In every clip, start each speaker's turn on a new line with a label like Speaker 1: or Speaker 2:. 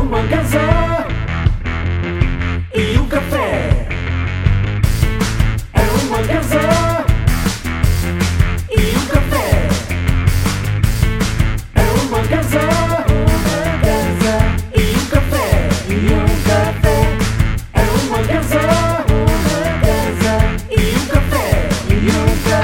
Speaker 1: uma gaza um e um café. É uma gaza e um café. É uma gaza, uma gaza e um café e um café. É uma gaza, uma gaza e um café e um café.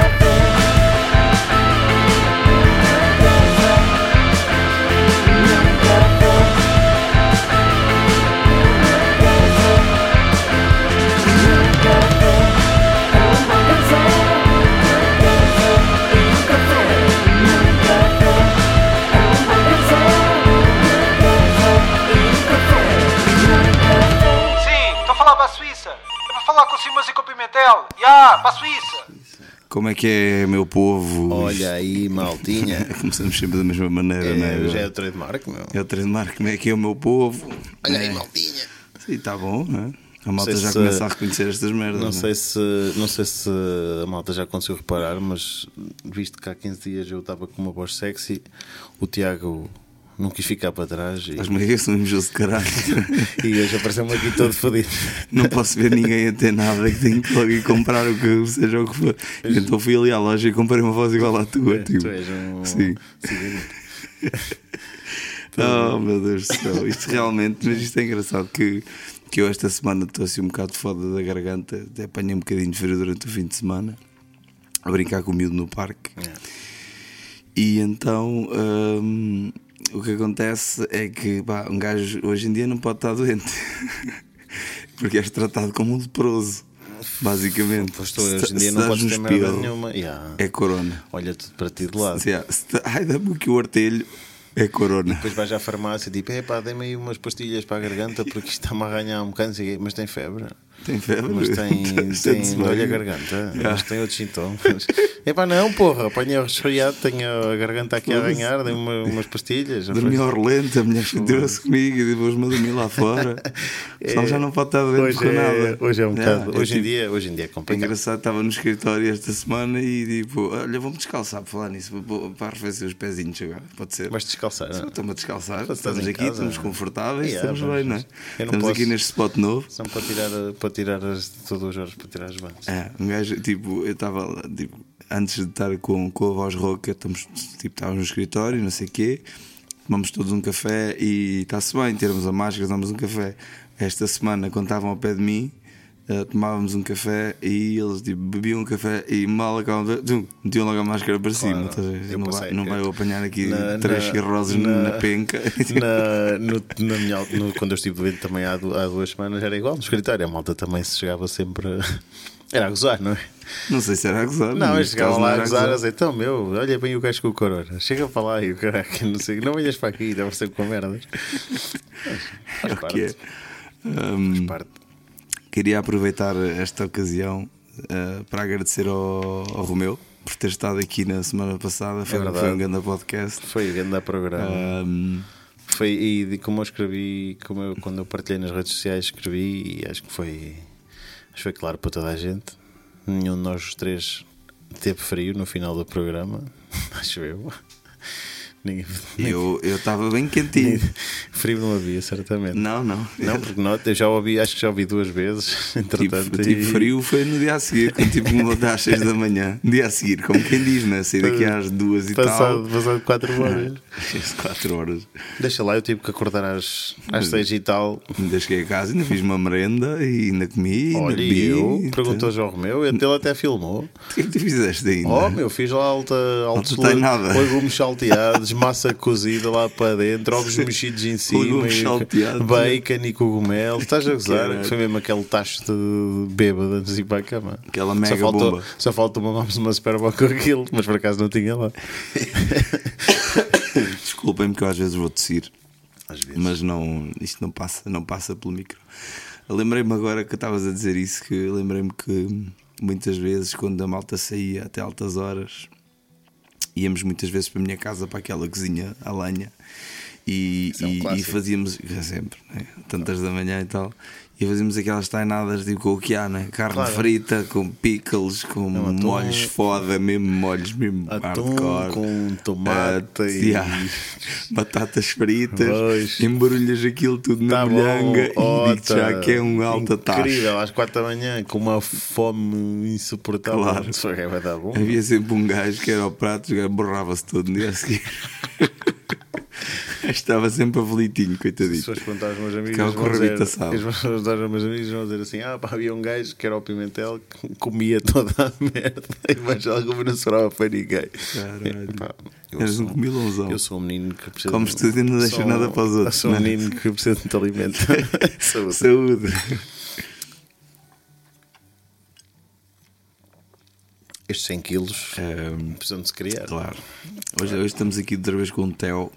Speaker 2: Sim, estou a falar para a Suíça. É para falar com o Simões e com o Pimentel. Ya, para a Suíça.
Speaker 3: Como é que é, meu povo?
Speaker 4: Olha aí, maltinha.
Speaker 3: Isto- Começamos sempre da mesma maneira, não
Speaker 4: É,
Speaker 3: é?
Speaker 4: já é o trademark, meu.
Speaker 3: É o trademark, como é que é o meu povo?
Speaker 4: Olha aí, maltinha.
Speaker 3: E está bom, não é? A malta
Speaker 4: sei
Speaker 3: já
Speaker 4: se-
Speaker 3: começa a reconhecer estas merdas.
Speaker 4: Não
Speaker 3: é?
Speaker 4: sei, se, não sei se a malta já conseguiu reparar, mas visto que há 15 dias eu estava com uma voz sexy, o Tiago não quis ficar para trás e,
Speaker 3: Mas Maria, sou um injusto de caralho.
Speaker 4: e hoje apareceu-me aqui todo fodido.
Speaker 3: Não posso ver ninguém a ter nada que tenho que logo ir comprar o que seja o que for. Então fui ali à loja e comprei uma voz igual à tua.
Speaker 4: É,
Speaker 3: tipo.
Speaker 4: tu és um-
Speaker 3: Sim.
Speaker 4: Sim.
Speaker 3: Oh meu Deus do céu, isto realmente, mas isto é engraçado que, que eu esta semana estou assim um bocado foda da garganta, até apanhei um bocadinho de frio durante o fim de semana, a brincar com o miúdo no parque.
Speaker 4: É.
Speaker 3: E então hum, o que acontece é que pá, um gajo hoje em dia não pode estar doente porque és tratado como um leproso, basicamente.
Speaker 4: Pois tu,
Speaker 3: Se
Speaker 4: um hoje em
Speaker 3: se
Speaker 4: dia não
Speaker 3: dás
Speaker 4: podes
Speaker 3: um
Speaker 4: ter merda
Speaker 3: espirro,
Speaker 4: nenhuma. Ya.
Speaker 3: É corona.
Speaker 4: Olha tudo para ti de lado.
Speaker 3: Se- se- Ai, dá-me aqui o artelho, é corona.
Speaker 4: Depois vais à farmácia e tipo, epá, dê-me aí umas pastilhas para a garganta porque isto está-me a arranhar um bocado, não sei o quê. mas tem febre.
Speaker 3: Tem febre?
Speaker 4: Mas tem,
Speaker 3: Está-
Speaker 4: tem
Speaker 3: está-se
Speaker 4: dói a
Speaker 3: bem.
Speaker 4: garganta,
Speaker 3: Já.
Speaker 4: mas tem outros sintomas. epá, não, porra, apanhei o resfriado, tenho a garganta aqui a arranhar, dei uma, umas pastilhas.
Speaker 3: Dormi ao relento, a mulher chateou-se comigo e depois-me a dormir lá fora. O pessoal já não pode estar doente
Speaker 4: hoje
Speaker 3: com
Speaker 4: é,
Speaker 3: nada.
Speaker 4: Hoje é um bocado,
Speaker 3: é
Speaker 4: hoje, em
Speaker 3: tipo-
Speaker 4: dia, hoje em dia é
Speaker 3: É
Speaker 4: complicado.
Speaker 3: engraçado, estava no escritório esta semana e tipo, olha, vou-me descalçar por falar nisso, vou- vou- para arrefecer os pezinhos agora, pode ser.
Speaker 4: Vais descalçar,
Speaker 3: Sim,
Speaker 4: não é?
Speaker 3: Estamos a descalçar,
Speaker 4: Estás
Speaker 3: estamos
Speaker 4: em
Speaker 3: aqui,
Speaker 4: casa,
Speaker 3: estamos
Speaker 4: não é?
Speaker 3: confortáveis,
Speaker 4: Yeah,
Speaker 3: estamos
Speaker 4: vamos,
Speaker 3: bem, não é?
Speaker 4: vamos. Eu não
Speaker 3: Estamos aqui
Speaker 4: posso-
Speaker 3: neste spot novo.
Speaker 4: São para tirar, para tirar as, todos os horas, para tirar as bandas.
Speaker 3: É, um gajo, tipo, eu estava lá, tipo, antes de estar com, com a voz rouca, estamos, tipo, estávamos no escritório, não sei o quê, tomamos todos um café e está-se bem, tiramos a máscara, tomamos um café. Esta semana, quando estavam ao pé de mim, eh, tomávamos um café e eles tipo, bebiam um café e mal acabavam de. tum, metiam logo a máscara para cima. estás a ver?
Speaker 4: eu
Speaker 3: não, vai,
Speaker 4: passei-
Speaker 3: não vai eu apanhar aqui
Speaker 4: na-
Speaker 3: três
Speaker 4: na-
Speaker 3: cirroses na, penca.
Speaker 4: na- no- na minha al- no- quando eu estive doente também há, du- há duas semanas era igual no escritório. A malta também se chegava sempre. a- Era a gozar, não é?
Speaker 3: não sei se era a gozar.
Speaker 4: Não, eles
Speaker 3: neste caso
Speaker 4: chegavam
Speaker 3: não
Speaker 4: lá a
Speaker 3: era
Speaker 4: gozar, a dizer, então meu, olha bem o gajo com o corona, chega para lá e o caraca, não sei, não venhas para aqui, estava sempre com merdas. Mas
Speaker 3: É
Speaker 4: Faz
Speaker 3: o
Speaker 4: parte,
Speaker 3: que é. um, Ahm,
Speaker 4: faz parte.
Speaker 3: Queria aproveitar esta ocasião eh, para agradecer ao, ao Romeu por ter estado aqui na semana passada. Foi,
Speaker 4: É verdade.
Speaker 3: foi um grande podcast.
Speaker 4: Foi o grande
Speaker 3: Ah,
Speaker 4: programa.
Speaker 3: Ahm,
Speaker 4: Foi, e de como eu escrevi, como eu, quando eu partilhei nas redes sociais, escrevi e acho que foi, acho que foi claro para toda a gente. Nenhum de nós os três teve frio no final do programa, acho eu. Ninguém,
Speaker 3: eu eu estava bem quentinho.
Speaker 4: frio não havia, certamente.
Speaker 3: não, Tipo, não.
Speaker 4: Não, porque não, eu já ouvi, acho que já ouvi duas vezes, entretanto.
Speaker 3: Tipo, tipo
Speaker 4: e-
Speaker 3: frio foi no dia a seguir, quando tipo me acordei às 6 da manhã. No dia a seguir, como quem diz, né? Saí daqui às duas e
Speaker 4: Passado, passado quatro horas.
Speaker 3: tal. 4 horas.
Speaker 4: Deixa lá, eu tive que acordar às, às
Speaker 3: Hum.
Speaker 4: seis e tal.
Speaker 3: Ainda cheguei a casa, ainda fiz uma merenda e ainda comi. ainda
Speaker 4: Olha,
Speaker 3: bebi.
Speaker 4: e eu,
Speaker 3: Então,
Speaker 4: perguntou ao Romeu, e ele até filmou.
Speaker 3: O que é que tu fizeste ainda?
Speaker 4: Oh, meu, fiz lá alta, altos
Speaker 3: tem
Speaker 4: le-
Speaker 3: nada.
Speaker 4: legumes salteados, massa cozida lá para dentro, ovos mexidos em cima,
Speaker 3: Legumes
Speaker 4: e-
Speaker 3: salteados. né?
Speaker 4: bacon e cogumelo. Estás a gozar?
Speaker 3: Caralho.
Speaker 4: Foi mesmo aquele tacho de bêbado antes de ir para a cama.
Speaker 3: Aquela
Speaker 4: só
Speaker 3: mega
Speaker 4: faltou,
Speaker 3: bomba.
Speaker 4: Só falta uma, uma superboca com aquilo, mas por acaso não tinha lá.
Speaker 3: Desculpem-me que eu às vezes vou tossir.
Speaker 4: Às vezes.
Speaker 3: mas não, isto não passa, não passa pelo micro. Lembrei-me agora que estavas a dizer isso, que lembrei-me que muitas vezes quando a malta saía até altas horas, íamos muitas vezes para a minha casa, para aquela cozinha à lenha, e,
Speaker 4: Isso é um
Speaker 3: e- e
Speaker 4: clássico.
Speaker 3: fazíamos é sempre, né? tantas da manhã e tal. E fazíamos aquelas tainadas tipo com o que há, né? carne
Speaker 4: Claro.
Speaker 3: frita, com pickles, com
Speaker 4: Não, atum-
Speaker 3: molhos foda, mesmo molhos, mesmo
Speaker 4: Atum
Speaker 3: hardcore.
Speaker 4: com tomate
Speaker 3: Ah,
Speaker 4: e-
Speaker 3: yeah. batatas fritas,
Speaker 4: Pois.
Speaker 3: embrulhas aquilo tudo na
Speaker 4: Tá bom,
Speaker 3: molhanga e digo
Speaker 4: ota.
Speaker 3: já que é um alta taxa.
Speaker 4: Incrível, às 4 da manhã, com uma fome insuportável.
Speaker 3: Claro.
Speaker 4: Só que vai dar bom.
Speaker 3: Havia sempre um gajo que era ao prato, o gajo borrava-se todo no dia a seguir. Estava sempre aflitinho,
Speaker 4: Se
Speaker 3: coitadinho.
Speaker 4: fores contar aos meus amigos,
Speaker 3: Ficava
Speaker 4: eles
Speaker 3: com
Speaker 4: vão, dizer, eles
Speaker 3: rebitação.
Speaker 4: vão contar aos meus amigos, vão dizer assim: ah, pá, havia um gajo que era o Pimentel que comia toda a merda e mais alguma não sobrava para ninguém.
Speaker 3: Caralho.
Speaker 4: Pá, eu
Speaker 3: Eras
Speaker 4: sou-
Speaker 3: um comilãozão.
Speaker 4: Eu sou um menino que precisa.
Speaker 3: Comes tudo e não deixas
Speaker 4: sou-
Speaker 3: nada para os outros,
Speaker 4: Sou um
Speaker 3: né?
Speaker 4: menino que precisa de muito alimento. Saúde.
Speaker 3: Saúde.
Speaker 4: Estes 100 quilos
Speaker 3: Ahm,
Speaker 4: precisam de se criar.
Speaker 3: É. claro. Hoje, hoje estamos aqui outra vez com o Theo,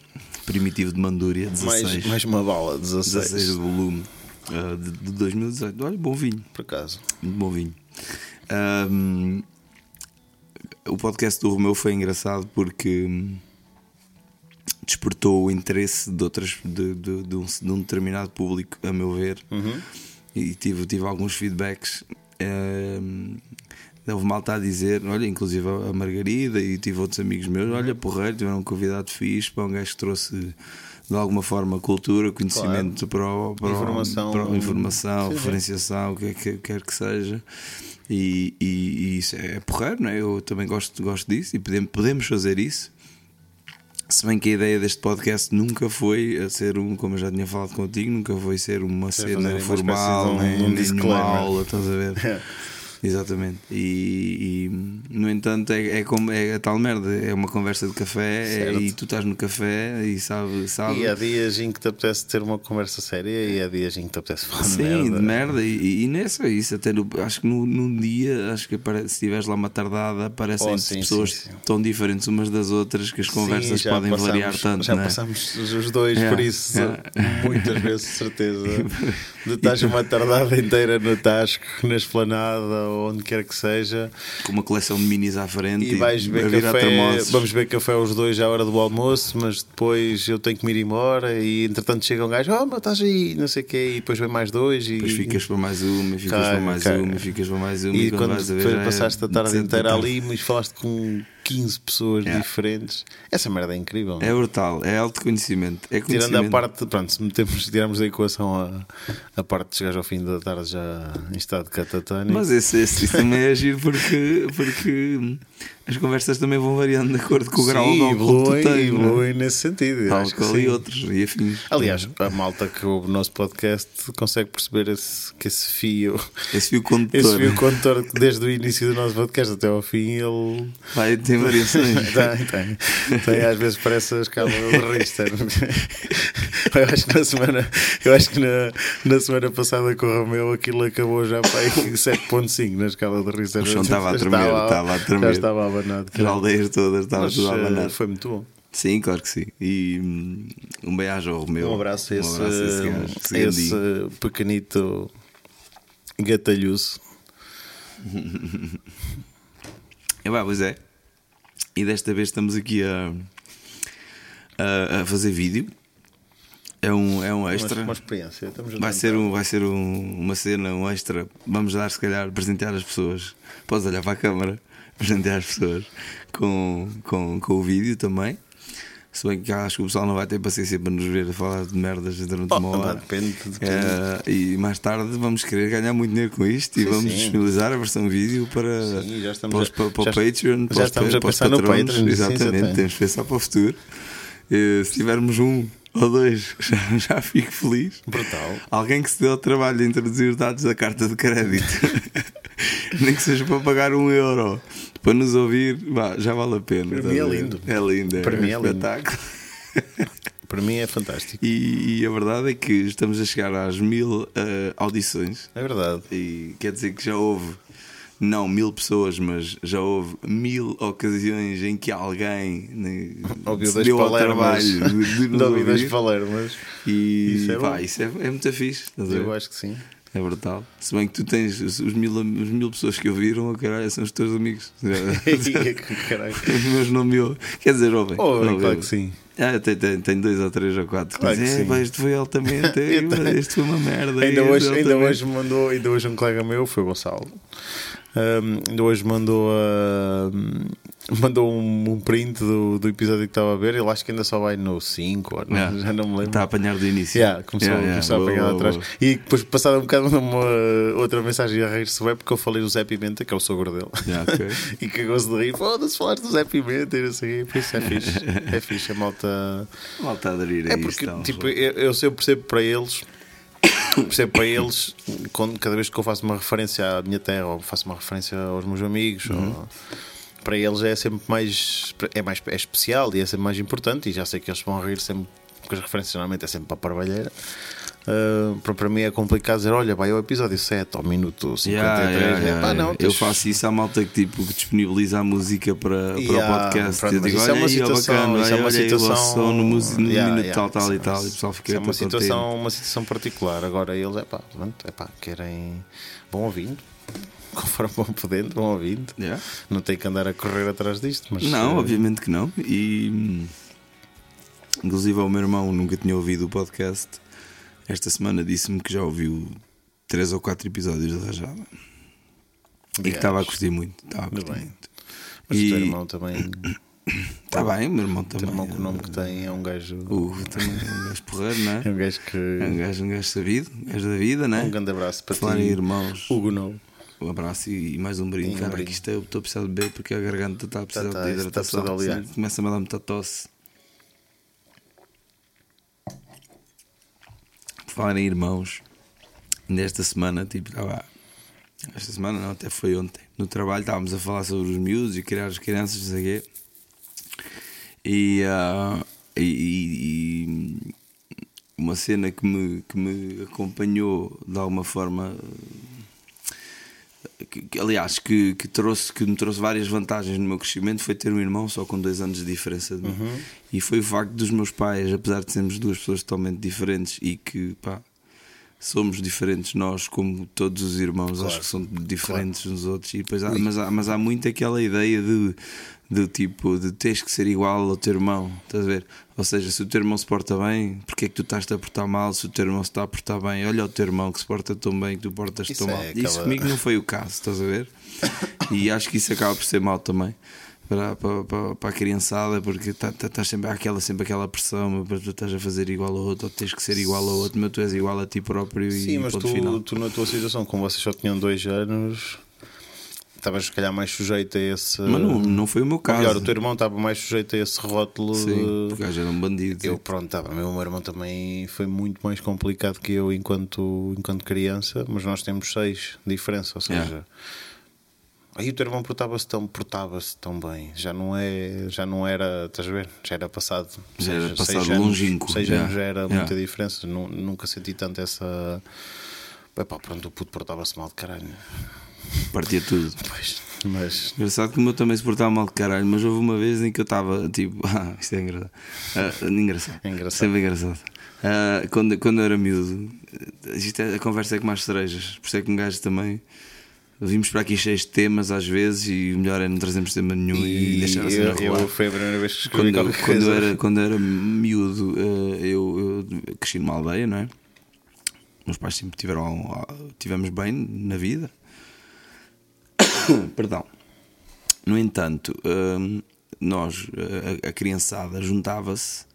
Speaker 3: primitivo de Mandúria, 16,
Speaker 4: Mais, mais uma bala, 16.
Speaker 3: 16 de volume ah, de, de 2018. Olha, bom vinho,
Speaker 4: Por acaso.
Speaker 3: muito bom vinho. Ahm, o podcast do Romeu foi engraçado porque hum, despertou o interesse de, outras, de, de- de um, de um determinado público, a meu ver. e tive, tive alguns feedbacks. ehm, houve malta a dizer, olha, inclusive a a Margarida e tive outros amigos meus, olha, porreiro, tiveram um convidado fixe para um gajo que trouxe de alguma forma cultura, conhecimento para, o- para, o-
Speaker 4: Informação.
Speaker 3: para o- informação,
Speaker 4: Sim, sim.
Speaker 3: referenciação, o que, é que quer que seja. E, e- e isso é porreiro, não é? Eu também gosto, gosto disso e podemos, podemos fazer isso. Se bem que a ideia deste podcast nunca foi a ser um, como eu já tinha falado contigo, nunca foi ser uma
Speaker 4: fazer
Speaker 3: cena
Speaker 4: uma
Speaker 3: formal,
Speaker 4: espécie de um-
Speaker 3: nem,
Speaker 4: um
Speaker 3: nem
Speaker 4: disclaimer. É.
Speaker 3: nenhuma aula, estás a ver? Exatamente. E, e, no entanto é, é como é a tal merda, é uma conversa de café é-
Speaker 4: Certo.
Speaker 3: e tu estás no café e sabe, sabe
Speaker 4: E é há dias em que te apetece ter uma conversa séria e há dias em que te apetece falar de
Speaker 3: Sim,
Speaker 4: merda.
Speaker 3: de merda, e, e- e não é só isso. Até no- acho que no- num dia, acho que apare- se tiveres lá uma tardada, aparecem
Speaker 4: Oh, sim,
Speaker 3: pessoas
Speaker 4: sim, sim.
Speaker 3: tão diferentes umas das outras que as
Speaker 4: Sim,
Speaker 3: conversas
Speaker 4: já
Speaker 3: podem
Speaker 4: passámos-
Speaker 3: variar tanto.
Speaker 4: Já
Speaker 3: não é?
Speaker 4: passámos os dois
Speaker 3: É,
Speaker 4: por isso
Speaker 3: é.
Speaker 4: muitas vezes, de certeza. De estás uma tardada inteira no Tasco, na esplanada ou onde quer que seja,
Speaker 3: com uma coleção de minis à frente
Speaker 4: e vais
Speaker 3: a
Speaker 4: beber
Speaker 3: virar
Speaker 4: café.
Speaker 3: termossos.
Speaker 4: Vamos beber café os dois à hora do almoço, mas depois eu tenho que me ir embora. E entretanto chega um gajo, oh, mas estás aí, não sei o quê, e depois vem mais dois. E...
Speaker 3: Depois ficas para mais uma, e ficas
Speaker 4: Cara,
Speaker 3: para mais
Speaker 4: cara.
Speaker 3: uma, e ficas para mais uma.
Speaker 4: E
Speaker 3: quando
Speaker 4: quando
Speaker 3: vais a ver,
Speaker 4: depois
Speaker 3: já é
Speaker 4: passaste a tarde
Speaker 3: 17 da
Speaker 4: inteira
Speaker 3: tarde.
Speaker 4: ali, mas falaste com 15 pessoas diferentes. Essa merda é incrível. não é?
Speaker 3: É brutal, é autoconhecimento. É conhecimento.
Speaker 4: Tirando a parte, pronto, se metemos, tirarmos da equação a, a parte de chegares ao fim da tarde já em estado catatónico.
Speaker 3: Mas esse, esse, isso também é agir porque, porque as conversas também vão variando de acordo com o grau de
Speaker 4: Sim,
Speaker 3: álcool que
Speaker 4: evoluem,
Speaker 3: tu tens. não é?
Speaker 4: evoluem nesse sentido. eu acho que
Speaker 3: Álcool e
Speaker 4: sim.
Speaker 3: outros, e afins.
Speaker 4: Aliás, a malta que ouve o nosso podcast consegue perceber esse- que esse fio,
Speaker 3: esse fio condutor
Speaker 4: esse fio condutor que desde o início do nosso podcast até ao fim, ele
Speaker 3: vai ter variações.
Speaker 4: tem, tem. Tem, às vezes parece a escala do Richter. eu acho que na semana, eu acho que na, na semana passada com o Romeu aquilo acabou já para aí 7.5 na escala do Richter.
Speaker 3: O chão estava a
Speaker 4: Já
Speaker 3: tremer, estava a tremer.
Speaker 4: Já estava abanado.
Speaker 3: As aldeias todas, estava
Speaker 4: Mas,
Speaker 3: tudo
Speaker 4: eh,
Speaker 3: abanado.
Speaker 4: foi muito bom.
Speaker 3: Sim, claro que sim. E hum, um beijo ao Romeu.
Speaker 4: Um abraço a esse,
Speaker 3: abraço a esse gajo, esse
Speaker 4: esse
Speaker 3: gandinho.
Speaker 4: pequenito gatalhoso.
Speaker 3: É, pá, pois é. E desta vez estamos aqui a, a, a fazer vídeo. É um, é um extra.
Speaker 4: Uma, uma experiência. Estamos a
Speaker 3: Vai
Speaker 4: tentar.
Speaker 3: ser, um, vai ser um- uma cena, um extra. Vamos dar, se calhar, presentear as pessoas. Podes olhar para a câmara, presentear as pessoas com, com, com o vídeo também. Se bem que acho que o pessoal não vai ter paciência para nos ver a falar de merdas durante uma
Speaker 4: Oh, pá,
Speaker 3: hora.
Speaker 4: depende, depende.
Speaker 3: Eh, e mais tarde vamos querer ganhar muito dinheiro com isto e
Speaker 4: Sim,
Speaker 3: vamos
Speaker 4: sim.
Speaker 3: disponibilizar a versão vídeo para,
Speaker 4: Sim, já estamos
Speaker 3: para, os- para-
Speaker 4: a-
Speaker 3: para
Speaker 4: já-
Speaker 3: o Patreon,
Speaker 4: já
Speaker 3: para os-
Speaker 4: estamos a
Speaker 3: para os
Speaker 4: pensar no
Speaker 3: patrões.
Speaker 4: Patreon, sim,
Speaker 3: Exatamente,
Speaker 4: exatamente.
Speaker 3: temos de pensar para o futuro. Eh, se tivermos um ou dois, já, já fico feliz.
Speaker 4: Brutal.
Speaker 3: Alguém que se deu ao trabalho de introduzir os dados da carta de crédito, nem que seja para pagar um euro, para nos ouvir, vá, já vale a pena.
Speaker 4: Para
Speaker 3: estás
Speaker 4: mim é
Speaker 3: a ver?
Speaker 4: lindo.
Speaker 3: É lindo,
Speaker 4: Para
Speaker 3: é um
Speaker 4: mim é lindo.
Speaker 3: espetáculo.
Speaker 4: Para mim é fantástico.
Speaker 3: E, e a verdade é que estamos a chegar às mil eh, audições,
Speaker 4: É verdade.
Speaker 3: e quer dizer que já houve, não mil pessoas, mas já houve mil ocasiões em que alguém né,
Speaker 4: Ouviu
Speaker 3: se
Speaker 4: dois
Speaker 3: deu ao
Speaker 4: palermas.
Speaker 3: trabalho de, de nos
Speaker 4: Não ouvi dois
Speaker 3: ouvir.
Speaker 4: palermas.
Speaker 3: E
Speaker 4: Isso
Speaker 3: isso
Speaker 4: é
Speaker 3: é,
Speaker 4: bom.
Speaker 3: pá, isso é, é muito fixe. estás a ver?
Speaker 4: Eu acho que sim.
Speaker 3: É brutal. Se bem que tu tens os os mil, os mil pessoas que ouviram, oh, caralho, são os teus amigos.
Speaker 4: Caraca.
Speaker 3: os meus não me ouvem. Quer dizer, ouvem.
Speaker 4: Oh,
Speaker 3: Ouvem.
Speaker 4: claro que sim.
Speaker 3: Ah, tem, tem, tem dois ou três ou quatro.
Speaker 4: Claro
Speaker 3: Mas
Speaker 4: que
Speaker 3: é,
Speaker 4: sim.
Speaker 3: pá, este foi altamente.
Speaker 4: Eu também.
Speaker 3: este foi uma merda.
Speaker 4: Então, Ainda
Speaker 3: este
Speaker 4: hoje, ainda
Speaker 3: altamente.
Speaker 4: hoje me mandou, ainda hoje um colega meu, foi o Gonçalo. ahm, ainda hoje mandou ah, mandou um, um print do, do episódio que estava a ver. Ele acho que ainda só vai no 5 ou no-
Speaker 3: Yeah.
Speaker 4: já não me lembro.
Speaker 3: Está a apanhar do início.
Speaker 4: Yeah, começou,
Speaker 3: Yeah, yeah,
Speaker 4: começou a
Speaker 3: boa,
Speaker 4: apanhar lá
Speaker 3: boa,
Speaker 4: atrás.
Speaker 3: boa.
Speaker 4: E depois, passado um bocado, mandou uma outra mensagem a rir-se bem porque eu falei do Zé Pimenta, que é o sogro dele.
Speaker 3: Yeah, ok.
Speaker 4: e cagou-se de rir. Foda-se, falaste do Zé Pimenta e não sei o quê. Por isso é fixe. É fixe a malta.
Speaker 3: Mal está a aderir a
Speaker 4: É
Speaker 3: isto.
Speaker 4: porque,
Speaker 3: tá um
Speaker 4: tipo,
Speaker 3: rolo.
Speaker 4: eu, eu sei, eu percebo para eles, eu percebo para eles, quando, cada vez que eu faço uma referência à minha terra ou faço uma referência aos meus amigos,
Speaker 3: Uhum.
Speaker 4: ou- para eles é sempre mais, é mais é especial e é sempre mais importante. E já sei que eles vão rir sempre, porque as referências normalmente é sempre para a parvalheira. Ah, para, para mim é complicado dizer: olha, vai ao episódio 7, ao minuto 53.
Speaker 3: Yeah, yeah,
Speaker 4: É,
Speaker 3: yeah,
Speaker 4: pá, não,
Speaker 3: yeah. Eu
Speaker 4: tens-
Speaker 3: faço isso à malta que, tipo, que disponibiliza a música para, para o
Speaker 4: Yeah,
Speaker 3: podcast.
Speaker 4: pronto,
Speaker 3: eu
Speaker 4: mas
Speaker 3: digo,
Speaker 4: isso é
Speaker 3: olha
Speaker 4: uma
Speaker 3: aí, ó,
Speaker 4: situação-
Speaker 3: bacana,
Speaker 4: isso é
Speaker 3: olha,
Speaker 4: uma
Speaker 3: olha aí o vosso
Speaker 4: situação-
Speaker 3: som no, mus- no
Speaker 4: Yeah,
Speaker 3: minuto
Speaker 4: yeah,
Speaker 3: tal, tal e
Speaker 4: isso-
Speaker 3: tal. E o pessoal fica
Speaker 4: Isso é uma
Speaker 3: todo contente.
Speaker 4: situação, uma situação particular. Agora eles, é pá, pronto, é pá, querem. vão ouvindo. Conforme vão podendo, vão ouvindo.
Speaker 3: Yeah.
Speaker 4: Não tem que andar a correr atrás disto, mas.
Speaker 3: Não,
Speaker 4: eh,
Speaker 3: obviamente que não. E hum, inclusive o meu irmão nunca tinha ouvido o podcast. Esta semana disse-me que já ouviu três ou quatro episódios da Rajada. E que
Speaker 4: Aliás.
Speaker 3: estava a curtir muito. Estava a curtir
Speaker 4: bem.
Speaker 3: muito.
Speaker 4: Mas o teu
Speaker 3: e-
Speaker 4: irmão também.
Speaker 3: Está bem, meu irmão
Speaker 4: O
Speaker 3: também.
Speaker 4: teu irmão com o nome que tem é um gajo.
Speaker 3: O- também é um gajo porreiro, não
Speaker 4: É
Speaker 3: é?
Speaker 4: um gajo que.
Speaker 3: É um gajo, um gajo sabido, um gajo da vida, não é?
Speaker 4: Um grande abraço para
Speaker 3: Falar
Speaker 4: ti.
Speaker 3: em irmãos,
Speaker 4: Hugo não.
Speaker 3: um abraço e, e mais um brinde.
Speaker 4: E um
Speaker 3: Cara,
Speaker 4: brinde.
Speaker 3: que isto é, eu estou a precisar de beber porque a garganta está a precisar
Speaker 4: tá,
Speaker 3: de
Speaker 4: isso tá a precisar
Speaker 3: hidratação.
Speaker 4: de aliar.
Speaker 3: senão Começa-me a dar muita tosse. Por falar em irmãos, nesta semana, tipo, estava. Esta semana não, até foi ontem. No trabalho estávamos a falar sobre os miúdos e criar as crianças, não sei o quê. E, ah, e- e- e uma cena que me, que me acompanhou de alguma forma que- que, aliás, que, que, trouxe, que me trouxe várias vantagens no meu crescimento foi ter um irmão só com dois anos de diferença de mim.
Speaker 4: Uhum.
Speaker 3: E foi o facto dos meus pais, apesar de sermos duas pessoas totalmente diferentes e que, pá, somos diferentes nós, como todos os irmãos, acho que são diferentes uns outros. E depois há- mas, há, mas há muito aquela ideia de, de tipo, de tens que ser igual ao teu irmão, estás a ver? Ou seja, se o teu irmão se porta bem, porque é que tu estás-te a portar mal? Se o teu irmão se está a portar bem, olha o teu irmão que se porta tão bem que tu portas
Speaker 4: Isso
Speaker 3: tão
Speaker 4: é
Speaker 3: mal. Isso
Speaker 4: aquela-
Speaker 3: comigo não foi o caso, estás a ver? E acho que isso acaba por ser mau também para, para, para, para a criançada, porque estás tá, tá sempre, há aquela, sempre aquela pressão meu, para tu estás a fazer igual ao outro, ou tens que ser igual ao outro, mas tu és igual a ti próprio
Speaker 4: Sim,
Speaker 3: e
Speaker 4: mas
Speaker 3: ponto final.
Speaker 4: tu, tu na tua situação, como vocês só tinham dois anos, estavas se calhar mais sujeito a esse.
Speaker 3: Mas não, não foi o meu
Speaker 4: Ou
Speaker 3: caso.
Speaker 4: melhor, o teu irmão estava mais sujeito a esse rótulo
Speaker 3: Sim,
Speaker 4: de.
Speaker 3: porque o gajo era um bandido.
Speaker 4: Eu, pronto, estava. O meu irmão também foi muito mais complicado que eu enquanto, enquanto criança, mas nós temos seis de diferença, ou seja.
Speaker 3: Yeah.
Speaker 4: Aí o teu irmão portava-se tão, portava-se tão bem, já não, é, já não era, estás a ver? Já era passado,
Speaker 3: Já
Speaker 4: seis-
Speaker 3: era passado
Speaker 4: seis anos,
Speaker 3: longínquo,
Speaker 4: Seis
Speaker 3: yeah.
Speaker 4: anos já era
Speaker 3: Yeah.
Speaker 4: muita diferença, nu- nunca senti tanto essa. Epá, pronto, o puto portava-se mal de caralho.
Speaker 3: Partia tudo.
Speaker 4: Pois, mas.
Speaker 3: Engraçado que o meu também se portava mal de caralho, mas houve uma vez em que eu estava tipo. Ah, isto é engraçado. Ah, engraçado.
Speaker 4: É engraçado.
Speaker 3: Sempre engraçado. Ah, quando, quando eu era miúdo, ah, isto é- a conversa é com mais cerejas. Por isso é que um gajo também. Vimos para aqui cheios de temas às vezes e o melhor é não trazermos tema nenhum e, deixar assim
Speaker 4: eu,
Speaker 3: rolar.
Speaker 4: eu foi a primeira vez que escrevi
Speaker 3: quando, eu-
Speaker 4: qualquer
Speaker 3: quando eu
Speaker 4: coisa.
Speaker 3: era, quando eu era miúdo, eh, eu, eu cresci numa aldeia, não é? Meus pais sempre tiveram, tivemos bem na vida. Perdão. No entanto, hum, nós, a, a criançada, juntava-se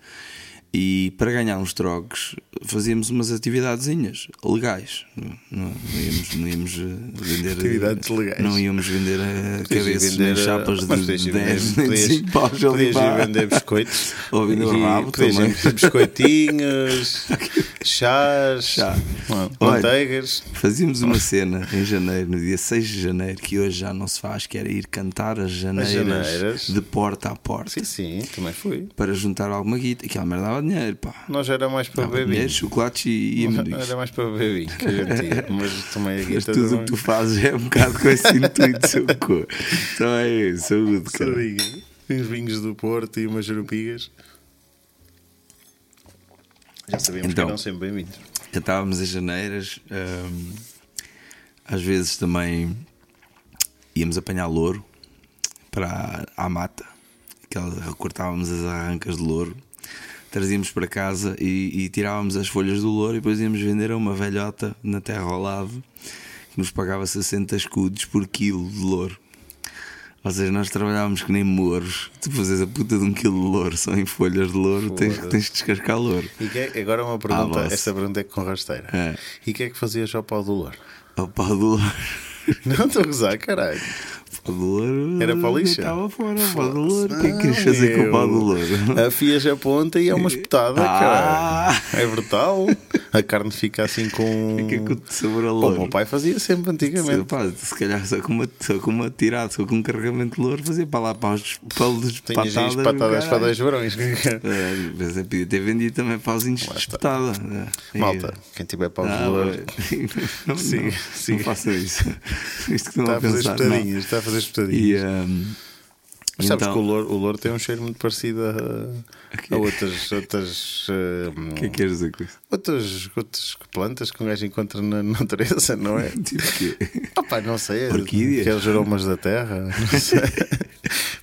Speaker 3: e para ganhar uns trocos fazíamos umas atividadezinhas legais. Não, não- não íamos, não íamos, eh, vender.
Speaker 4: Atividades legais.
Speaker 3: Não íamos vender eh,
Speaker 4: Podias ir
Speaker 3: cabeças
Speaker 4: vender,
Speaker 3: nem chapas
Speaker 4: mas
Speaker 3: de
Speaker 4: podias ir
Speaker 3: 10
Speaker 4: vender-
Speaker 3: nem de 5 paus ali
Speaker 4: Podias ir
Speaker 3: para-
Speaker 4: vender biscoitos.
Speaker 3: Ou vender
Speaker 4: E
Speaker 3: rabo
Speaker 4: podias ir
Speaker 3: também.
Speaker 4: vender biscoitinhos, chás,
Speaker 3: Chá.
Speaker 4: mano,
Speaker 3: Olha.
Speaker 4: manteigas.
Speaker 3: Fazíamos uma cena em janeiro, no dia 6 de janeiro, que hoje já não se faz, que era ir cantar as janeiras,
Speaker 4: janeiras.
Speaker 3: de porta a porta
Speaker 4: Sim, sim, também fui.
Speaker 3: para juntar alguma guita. Aquela merda dava dinheiro, pá.
Speaker 4: Nós era mais para
Speaker 3: Dava
Speaker 4: beber
Speaker 3: dinheiro,
Speaker 4: vinho.
Speaker 3: chocolates e, e amendoins.
Speaker 4: Era mais para beber vinho, que a gente ia, mas também a
Speaker 3: Mas
Speaker 4: guita
Speaker 3: tudo o que tu
Speaker 4: também-
Speaker 3: fazes é um bocado com esse intuito, seu cu. Então é isso, saúde, cara.
Speaker 4: Sardinha, Uns vinhos do Porto e umas jerupigas. Já sabíamos
Speaker 3: Então.
Speaker 4: que eram sempre bem-vindos.
Speaker 3: cantávamos as janeiras, hum, às vezes também íamos apanhar louro para a, à mata, aquela, recortávamos as arrancas de louro Trazíamos para casa e, e tirávamos as folhas do louro e depois íamos vender a uma velhota na terra ao lado que nos pagava 60 escudos por quilo de louro. Ou seja, nós trabalhávamos que nem moros. Tu fazes a puta de um quilo de louro só em folhas de louro, tens,
Speaker 4: Foda-se.
Speaker 3: tens de descascar louro.
Speaker 4: E que é- agora uma pergunta,
Speaker 3: Ah, mas-
Speaker 4: esta pergunta é com rasteira.
Speaker 3: É.
Speaker 4: E o que é que fazias ao pau do louro?
Speaker 3: Ao pau do louro.
Speaker 4: Não estou a gozar, caralho.
Speaker 3: Pau do louro.
Speaker 4: Era para o lixo?
Speaker 3: Estava fora. Pau do
Speaker 4: Foda-se.
Speaker 3: louro. O que é que querias
Speaker 4: Ah,
Speaker 3: fazer com o pau do
Speaker 4: meu.
Speaker 3: louro?
Speaker 4: Afias a ponta e é uma espetada,
Speaker 3: Ah.
Speaker 4: cara. É brutal. A carne fica assim com.
Speaker 3: Fica com o sabor a
Speaker 4: Pô, o
Speaker 3: louro.
Speaker 4: meu pai fazia sempre
Speaker 3: Se,
Speaker 4: antigamente.
Speaker 3: pá, se calhar só com, uma, só com uma tirada, só com um carregamento de louro, fazia para lá para os pelos de
Speaker 4: Tinhas aí
Speaker 3: patadas.
Speaker 4: espatadas
Speaker 3: caralho.
Speaker 4: para dois verões.
Speaker 3: É, Mas eu podia ter vendido também pauzinhos de
Speaker 4: está.
Speaker 3: espetada. É.
Speaker 4: Malta, quem tiver pau
Speaker 3: Ah,
Speaker 4: do louro.
Speaker 3: não, não,
Speaker 4: Siga,
Speaker 3: não,
Speaker 4: siga.
Speaker 3: façam isso. Isto que não vai
Speaker 4: Está a fazer
Speaker 3: pensar.
Speaker 4: espetadinhas, está a fazer espetadinhas.
Speaker 3: E, hum,
Speaker 4: Mas sabes
Speaker 3: então,
Speaker 4: que o louro, o louro tem um cheiro muito parecido a, a outras, outras, eh,
Speaker 3: O que é que queres dizer com isso?
Speaker 4: outras, outras plantas que um gajo encontra na natureza, não é?
Speaker 3: Tipo quê?
Speaker 4: Ah, pá, não sei.
Speaker 3: Orquídeas?
Speaker 4: Aqueles aromas da terra. Não sei.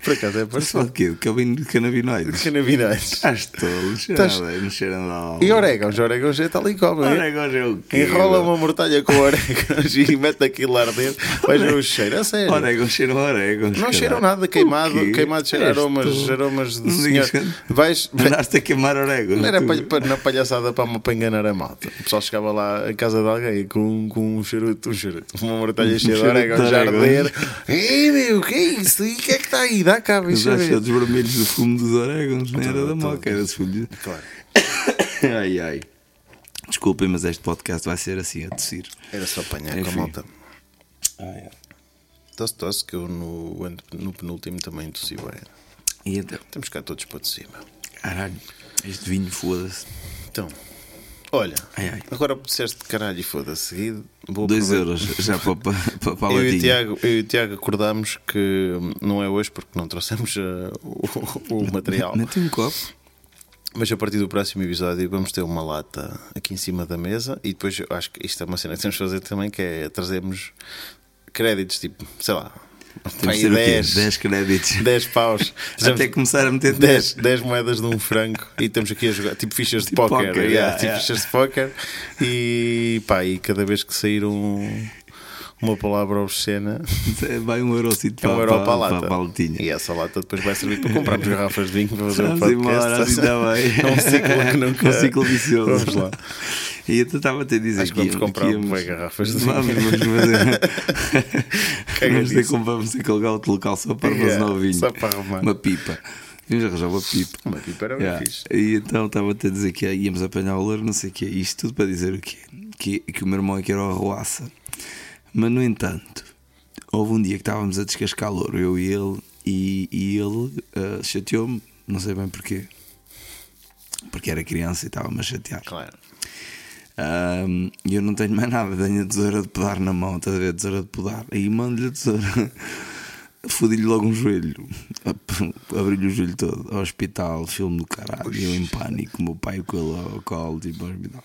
Speaker 4: Por acaso é
Speaker 3: Parece falar
Speaker 4: parecido.
Speaker 3: de quê? De cabine de canabinoides?
Speaker 4: Canabinais.
Speaker 3: Estás tolo,
Speaker 4: Estás-
Speaker 3: cheirada, Ah, não cheira nada.
Speaker 4: E orégãos. Orégãos é tal e como, é?
Speaker 3: Orégãos é o quê?
Speaker 4: Enrola uma mortalha com orégãos e mete aquilo a arder. Vais ver o cheiro. A sério.
Speaker 3: Orégãos cheiram a orégãos.
Speaker 4: Não
Speaker 3: caralho.
Speaker 4: cheiram nada. Queimado.
Speaker 3: é O quê?
Speaker 4: Queimado cheira a
Speaker 3: És
Speaker 4: aromas,
Speaker 3: tolo.
Speaker 4: aromas de
Speaker 3: Não digas
Speaker 4: senhor.
Speaker 3: que-
Speaker 4: Vais...
Speaker 3: Andaste a queimar orégãos.
Speaker 4: Não era
Speaker 3: tu.
Speaker 4: pa- pa- na palhaçada para, para enganar a malta. O pessoal chegava lá à casa de alguém com, com um charuto, um charuto, uma mortalha cheia de
Speaker 3: Um charuto
Speaker 4: orégãos
Speaker 3: de
Speaker 4: a
Speaker 3: orégãos.
Speaker 4: arder. Ei meu, que é isso? E o que é que está aí? Dá cá, vem
Speaker 3: Os achos
Speaker 4: saber.
Speaker 3: todos vermelhos do fumo dos orégãos, não era da
Speaker 4: tudo,
Speaker 3: moca, era de fumo.
Speaker 4: Claro,
Speaker 3: Ai ai. Desculpem, mas este podcast vai ser assim a tossir.
Speaker 4: era só apanhar com
Speaker 3: Enfim. Ah, é.
Speaker 4: a malta. Tosse, tosse, que eu no, ano- no penúltimo também tossi bem.
Speaker 3: E então,
Speaker 4: Temos cá todos para de cima.
Speaker 3: caralho, este vinho foda-se.
Speaker 4: Então, olha,
Speaker 3: Ai, ai.
Speaker 4: agora disseste caralho e foda-se, seguido. vou
Speaker 3: 2
Speaker 4: aproveitar-
Speaker 3: euros já para, para, para, para a
Speaker 4: Eu e, o
Speaker 3: latinha.
Speaker 4: Tiago, eu e o Tiago acordámos que hum, não é hoje porque não trouxemos eh, o, o material.
Speaker 3: Mete um copo.
Speaker 4: Mas a partir do próximo episódio vamos ter uma lata aqui em cima da mesa e depois eu acho que isto é uma cena que temos de fazer também, que é trazermos créditos, tipo, sei lá,
Speaker 3: Temos
Speaker 4: pai,
Speaker 3: de ter o quê?
Speaker 4: 10,
Speaker 3: 10 créditos.
Speaker 4: 10 paus.
Speaker 3: Até começar a meter 10.
Speaker 4: 10, 10 moedas de um frango e estamos aqui a jogar tipo fichas de
Speaker 3: Tipo
Speaker 4: póquer.
Speaker 3: póquer,
Speaker 4: yeah,
Speaker 3: yeah,
Speaker 4: tipo
Speaker 3: yeah.
Speaker 4: fichas de póquer. E pá, e cada vez que sair um- uma palavra obscena,
Speaker 3: Vai um euro assim
Speaker 4: é
Speaker 3: para,
Speaker 4: um euro para a
Speaker 3: para,
Speaker 4: lata.
Speaker 3: para a latinha.
Speaker 4: E essa lata depois vai servir para comprarmos garrafas de vinho para fazer um
Speaker 3: Vamos embora,
Speaker 4: podcast.
Speaker 3: assim está bem.
Speaker 4: É um ciclo que nunca.
Speaker 3: É um ciclo vicioso.
Speaker 4: Vamos lá.
Speaker 3: E eu estava até a dizer
Speaker 4: Acho que vamos comprar
Speaker 3: íamos-
Speaker 4: bué garrafas de
Speaker 3: Vamos,
Speaker 4: vinho. é
Speaker 3: vamos
Speaker 4: Caga
Speaker 3: fazer. vamos ter
Speaker 4: nisso.
Speaker 3: que vamos ter que alugar outro local só para armazenar
Speaker 4: Yeah,
Speaker 3: o vinho.
Speaker 4: só para arrumar.
Speaker 3: Uma pipa. Vamos arranjar uma pipa.
Speaker 4: Uma pipa era bem fixe.
Speaker 3: E então estava até a dizer que íamos apanhar o louro, não sei o quê. Isto tudo para dizer o quê? Que, que o meu irmão é que era o arruaça. Mas no entanto, houve um dia que estávamos a descascar louro, eu e ele, e, e ele ah, chateou-me, não sei bem porquê. Porque era criança e estava-me a chatear.
Speaker 4: Claro.
Speaker 3: Ahm, E eu não tenho mais nada, tenho a tesoura de podar na mão, estás a ver? A tesoura de podar. E mando-lhe a tesoura. Fodi-lhe logo um joelho. Abri-lhe o joelho todo. Ao hospital, filme do caralho. E eu em pânico, o meu pai com ele ao colo, tipo, ao hospital.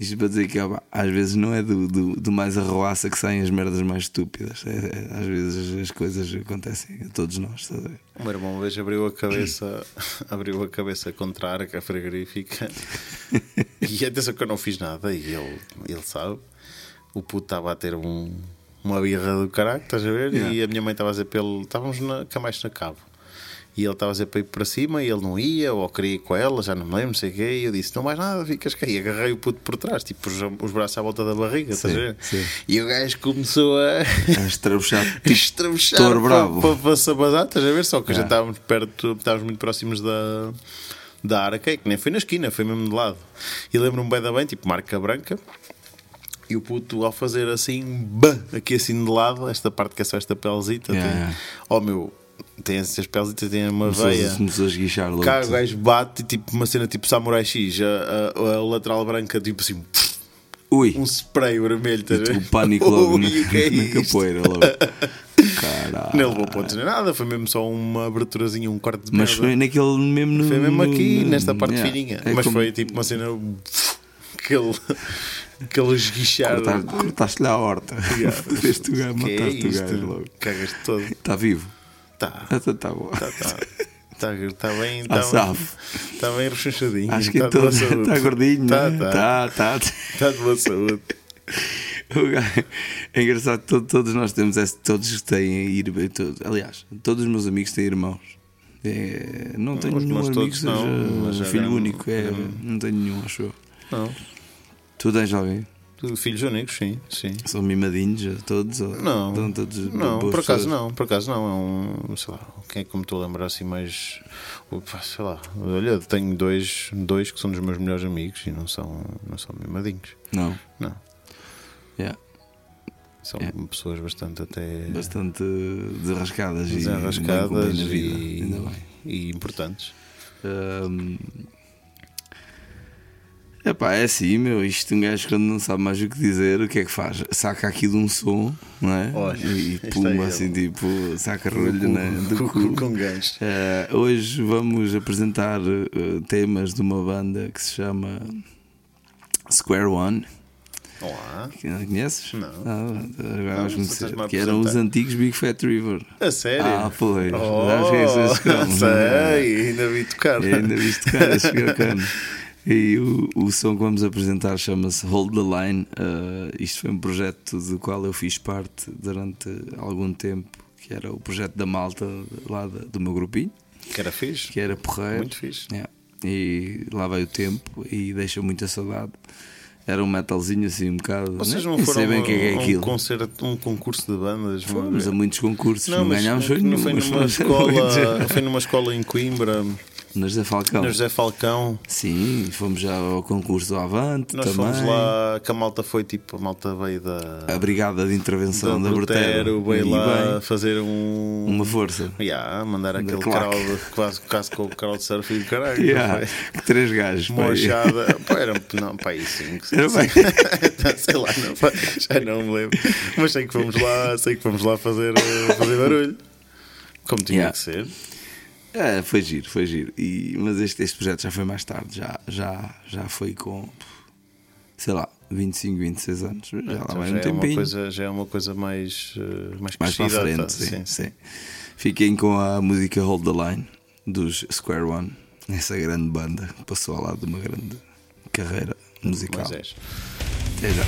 Speaker 3: Isto é para dizer que opa, às vezes não é do, do, do mais arruaça que saem as merdas mais estúpidas. É- é- às vezes as, as coisas acontecem a todos nós, estás a ver?
Speaker 4: O meu irmão uma vez abriu a cabeça, abriu a cabeça contra a arca frigorífica e atenção que eu não fiz nada e ele, ele sabe. O puto estava a ter um, uma birra do caralho, estás a ver? E
Speaker 3: Yeah.
Speaker 4: a minha mãe estava a dizer para ele, estávamos na, cá mais na cabo. E ele estava a dizer para ir para cima e ele não ia, ou queria ir com ela, já não me lembro, não sei o quê. E eu disse: Não mais nada, ficas cá. E agarrei o puto por trás, tipo os, os braços à volta da barriga, estás a ver?
Speaker 3: sim.
Speaker 4: E o gajo começou a.
Speaker 3: A estrabuchar.
Speaker 4: Estrabuchar
Speaker 3: Touro
Speaker 4: para,
Speaker 3: bravo.
Speaker 4: para, para Sabadá, estás a ver? Só que já
Speaker 3: Ah.
Speaker 4: estávamos perto, estávamos muito próximos da, da Arca, que nem foi na esquina, foi mesmo de lado. E lembro-me bem da bem, tipo marca branca. E o puto ao fazer assim, bã, aqui assim de lado, esta parte que é só esta pelzita,
Speaker 3: Yeah,
Speaker 4: tem-
Speaker 3: yeah.
Speaker 4: oh meu, tem essas pelzitas, tem uma veia.
Speaker 3: Começou- Começou a esguichar logo.
Speaker 4: é. Cá o gajo bate, tipo uma cena tipo Samurai X, a, a- a lateral branca, tipo assim,
Speaker 3: Ui!
Speaker 4: um spray vermelho, estás a ver?
Speaker 3: O pânico logo
Speaker 4: Ui,
Speaker 3: na,
Speaker 4: o que é
Speaker 3: na
Speaker 4: isto?
Speaker 3: capoeira. Logo. Caralho.
Speaker 4: Não levou pontos nem nada, foi mesmo só uma aberturazinha, um corte de
Speaker 3: Mas
Speaker 4: merda.
Speaker 3: foi naquele mesmo. no-
Speaker 4: Foi mesmo aqui,
Speaker 3: no-
Speaker 4: nesta parte
Speaker 3: yeah.
Speaker 4: fininha.
Speaker 3: É
Speaker 4: Mas
Speaker 3: como
Speaker 4: foi tipo uma cena. aquele. aquele esguichar.
Speaker 3: cortar- Cortaste-lhe a horta.
Speaker 4: ah, Yeah.
Speaker 3: Fizeste o tá- gajo,
Speaker 4: que é
Speaker 3: mataste o
Speaker 4: isto?
Speaker 3: gajo logo.
Speaker 4: Cagas todo.
Speaker 3: Está vivo.
Speaker 4: Tá.
Speaker 3: Está tá, tá bom.
Speaker 4: Tá, tá. Está tá bem,
Speaker 3: Tá
Speaker 4: está
Speaker 3: safo.
Speaker 4: tá bem rechonchadinho.
Speaker 3: Acho que
Speaker 4: está
Speaker 3: então
Speaker 4: de boa tá saúde.
Speaker 3: está gordinho,
Speaker 4: Está,
Speaker 3: né? tá.
Speaker 4: está.
Speaker 3: tá.
Speaker 4: Está de boa saúde.
Speaker 3: O gajo- É engraçado, to- todos nós temos esse, todos têm irmãos. Aliás, todos os meus amigos têm irmãos. É, não tenho
Speaker 4: os
Speaker 3: nenhum
Speaker 4: meus
Speaker 3: amigo que
Speaker 4: todos
Speaker 3: seja
Speaker 4: não, mas era
Speaker 3: filho
Speaker 4: um-
Speaker 3: único. É,
Speaker 4: era um-
Speaker 3: Não tenho nenhum, acho eu.
Speaker 4: Não,
Speaker 3: Tu tens alguém?
Speaker 4: tu- filhos únicos, sim, sim.
Speaker 3: São mimadinhos todos? Ou
Speaker 4: Não,
Speaker 3: dão todos
Speaker 4: não
Speaker 3: boas
Speaker 4: por acaso
Speaker 3: pessoas?
Speaker 4: não, por acaso não. É um, sei lá, quem é que me estou a lembrar assim mais. o- pá, Sei lá, olha, tenho dois, dois que são dos meus melhores amigos e não são, não são mimadinhos.
Speaker 3: Não.
Speaker 4: Não,
Speaker 3: Yeah.
Speaker 4: são
Speaker 3: É.
Speaker 4: pessoas bastante até
Speaker 3: Bastante desrascadas, e bem
Speaker 4: desenrascadas
Speaker 3: cumprem na vida.
Speaker 4: e,
Speaker 3: Ainda bem.
Speaker 4: e importantes.
Speaker 3: Hum. Epá, é assim, meu. Isto um gajo quando não sabe mais o que dizer, o que é que faz? Saca aqui de um som, não é?
Speaker 4: Olha,
Speaker 3: e e
Speaker 4: está
Speaker 3: pumba
Speaker 4: ele.
Speaker 3: assim, tipo, saca rolho né? do cu.
Speaker 4: com gancho.
Speaker 3: Eh, hoje vamos apresentar eh, temas de uma banda que se chama Square One.
Speaker 4: Olá.
Speaker 3: Que não conheces?
Speaker 4: Não.
Speaker 3: Ah, agora
Speaker 4: Não,
Speaker 3: vais
Speaker 4: só
Speaker 3: conhecer.
Speaker 4: estás-me a
Speaker 3: Que eram os
Speaker 4: apresentar.
Speaker 3: antigos Big Fat River.
Speaker 4: A sério?
Speaker 3: Ah, pois.
Speaker 4: Oh,
Speaker 3: Acho que é isso, esse cromo.
Speaker 4: sei, ainda vi tocar.
Speaker 3: né? É, ainda viste cara, chegou cano. E o, o som que vamos apresentar chama-se Hold the Line. Uh, isto foi um projeto do qual eu fiz parte durante algum tempo, que era o projeto da malta lá da- do meu grupinho,
Speaker 4: Que era fixe.
Speaker 3: que é, era porreiro.
Speaker 4: Muito fixe.
Speaker 3: Yeah. E lá vai o tempo e deixa muita saudade. Era um metalzinho assim um bocado.
Speaker 4: Vocês
Speaker 3: nem-
Speaker 4: não
Speaker 3: nem
Speaker 4: foram
Speaker 3: sei bem
Speaker 4: a,
Speaker 3: o que é, que é
Speaker 4: a um
Speaker 3: aquilo.
Speaker 4: concerto, um concurso de bandas? uma
Speaker 3: Fomos
Speaker 4: vez?
Speaker 3: a muitos concursos, não,
Speaker 4: não, mas é
Speaker 3: ganhámos foi
Speaker 4: não
Speaker 3: nenhum.
Speaker 4: foi
Speaker 3: mas
Speaker 4: numa
Speaker 3: fomos a muitos.
Speaker 4: escola, foi é- numa escola em Coimbra,
Speaker 3: Então. Na José Falcão.
Speaker 4: no José Falcão.
Speaker 3: Sim, fomos já ao concurso do Avante.
Speaker 4: Nós
Speaker 3: também.
Speaker 4: fomos lá, que a malta foi tipo, a malta veio da,
Speaker 3: a brigada de intervenção da,
Speaker 4: da Brutero, veio
Speaker 3: E
Speaker 4: lá
Speaker 3: bem,
Speaker 4: fazer um
Speaker 3: uma força.
Speaker 4: Yeah, mandar aquele
Speaker 3: claque.
Speaker 4: crowd, quase, quase com o crowd surf e do caralho.
Speaker 3: Yeah,
Speaker 4: não
Speaker 3: que três gajos.
Speaker 4: foi?
Speaker 3: pá.
Speaker 4: Mochada, pá, era um não, pá, aí cinco.
Speaker 3: Era bem.
Speaker 4: sei lá, não, pá, já não me lembro. Mas sei que fomos lá, sei que fomos lá fazer, eh, fazer barulho. Como tinha
Speaker 3: Yeah.
Speaker 4: que ser.
Speaker 3: É, foi giro, foi giro. E, mas este, este projeto já foi mais tarde, já, já, já foi com sei lá, 25, 26 anos. Já lá vai
Speaker 4: Então já,
Speaker 3: um
Speaker 4: é uma
Speaker 3: tempinho.
Speaker 4: coisa, já é uma coisa mais, eh, mais
Speaker 3: mais para a
Speaker 4: crescida,
Speaker 3: frente.
Speaker 4: tá?
Speaker 3: Sim, sim. Fiquem com a música Hold the Line dos Square One, essa grande banda que passou ao lado de uma grande carreira musical.
Speaker 4: Mas és.
Speaker 3: Até já.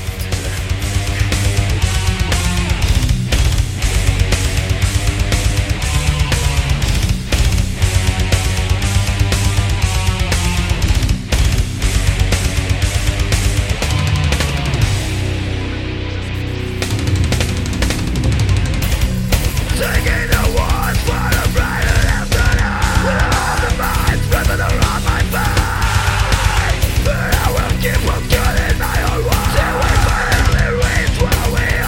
Speaker 5: Give what's good in my own way. Do it finally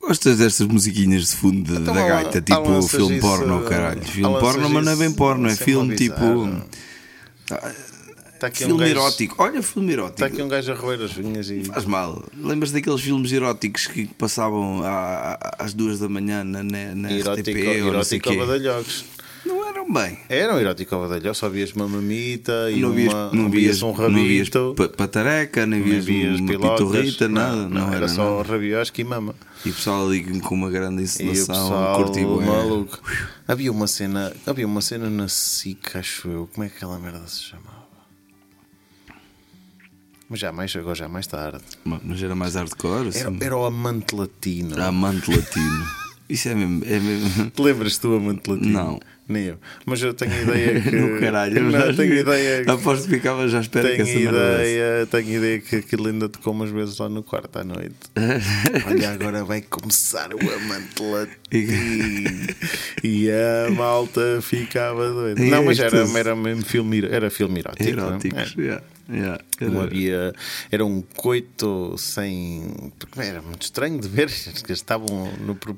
Speaker 3: Gostas destas musiquinhas de fundo de-
Speaker 4: Então
Speaker 3: da
Speaker 4: há-
Speaker 3: gaita,
Speaker 4: há
Speaker 3: tipo
Speaker 4: lanças
Speaker 3: filme
Speaker 4: isso,
Speaker 3: porno,
Speaker 4: há-
Speaker 3: caralho.
Speaker 4: há
Speaker 3: Filme
Speaker 4: lanças
Speaker 3: porno, mas não é
Speaker 4: isso,
Speaker 3: bem porno, é
Speaker 4: sem
Speaker 3: filme
Speaker 4: avisar,
Speaker 3: tipo. ah,
Speaker 4: não. Está aqui
Speaker 3: Filme
Speaker 4: um gajo,
Speaker 3: erótico. Olha, filme
Speaker 4: Está
Speaker 3: erótico.
Speaker 4: aqui um gajo a roer as vinhas e.
Speaker 3: Faz mal. Lembras daqueles filmes eróticos que passavam à- à- às duas da manhã na, na, na
Speaker 4: Erótico,
Speaker 3: RTP ou não sei
Speaker 4: erótico
Speaker 3: quê?
Speaker 4: ao badalhocos.
Speaker 3: Não eram bem.
Speaker 4: Era um erótico ao badalhocos, só vias uma mamita e
Speaker 3: não vias,
Speaker 4: uma,
Speaker 3: não vias,
Speaker 4: um
Speaker 3: não vias
Speaker 4: rabito.
Speaker 3: pa- patareca, nem vias, uma
Speaker 4: pilotas,
Speaker 3: pitorrita, nada. Não,
Speaker 4: era, só rabiosca e mama.
Speaker 3: E o pessoal ali com uma grande
Speaker 4: E o
Speaker 3: encenação,
Speaker 4: pessoal
Speaker 3: curti bué.
Speaker 4: maluco. Havia uma cena, havia uma cena na SIC, acho eu. Como é que aquela merda se chamava? Mas já mais, agora já mais tarde. É,
Speaker 3: Mas era mais hardcore, assim.
Speaker 4: Era, era o amante latino.
Speaker 3: Amante latino. Isso é mesmo. É mesmo.
Speaker 4: Te lembras tu amante latino?
Speaker 3: Não.
Speaker 4: Nem eu. Mas eu tenho ideia É que.
Speaker 3: No caralho,
Speaker 4: Não,
Speaker 3: mas-
Speaker 4: tenho ideia que.
Speaker 3: Aposto que ficava já à espera que
Speaker 4: Tenho
Speaker 3: essa merda desse.
Speaker 4: ideia, tenho ideia que aquilo ainda te como às vezes lá no quarto à noite. Olha, agora vai começar o amante latino. e a malta ficava doida. Não, mas era,
Speaker 3: Estes-
Speaker 4: era mesmo filme, era filme erótico. não é?
Speaker 3: Eróticos. yeah, yeah.
Speaker 4: Não
Speaker 3: Era-
Speaker 4: havia. Era um coito sem. porque Era muito estranho de ver. que Estavam no, pro-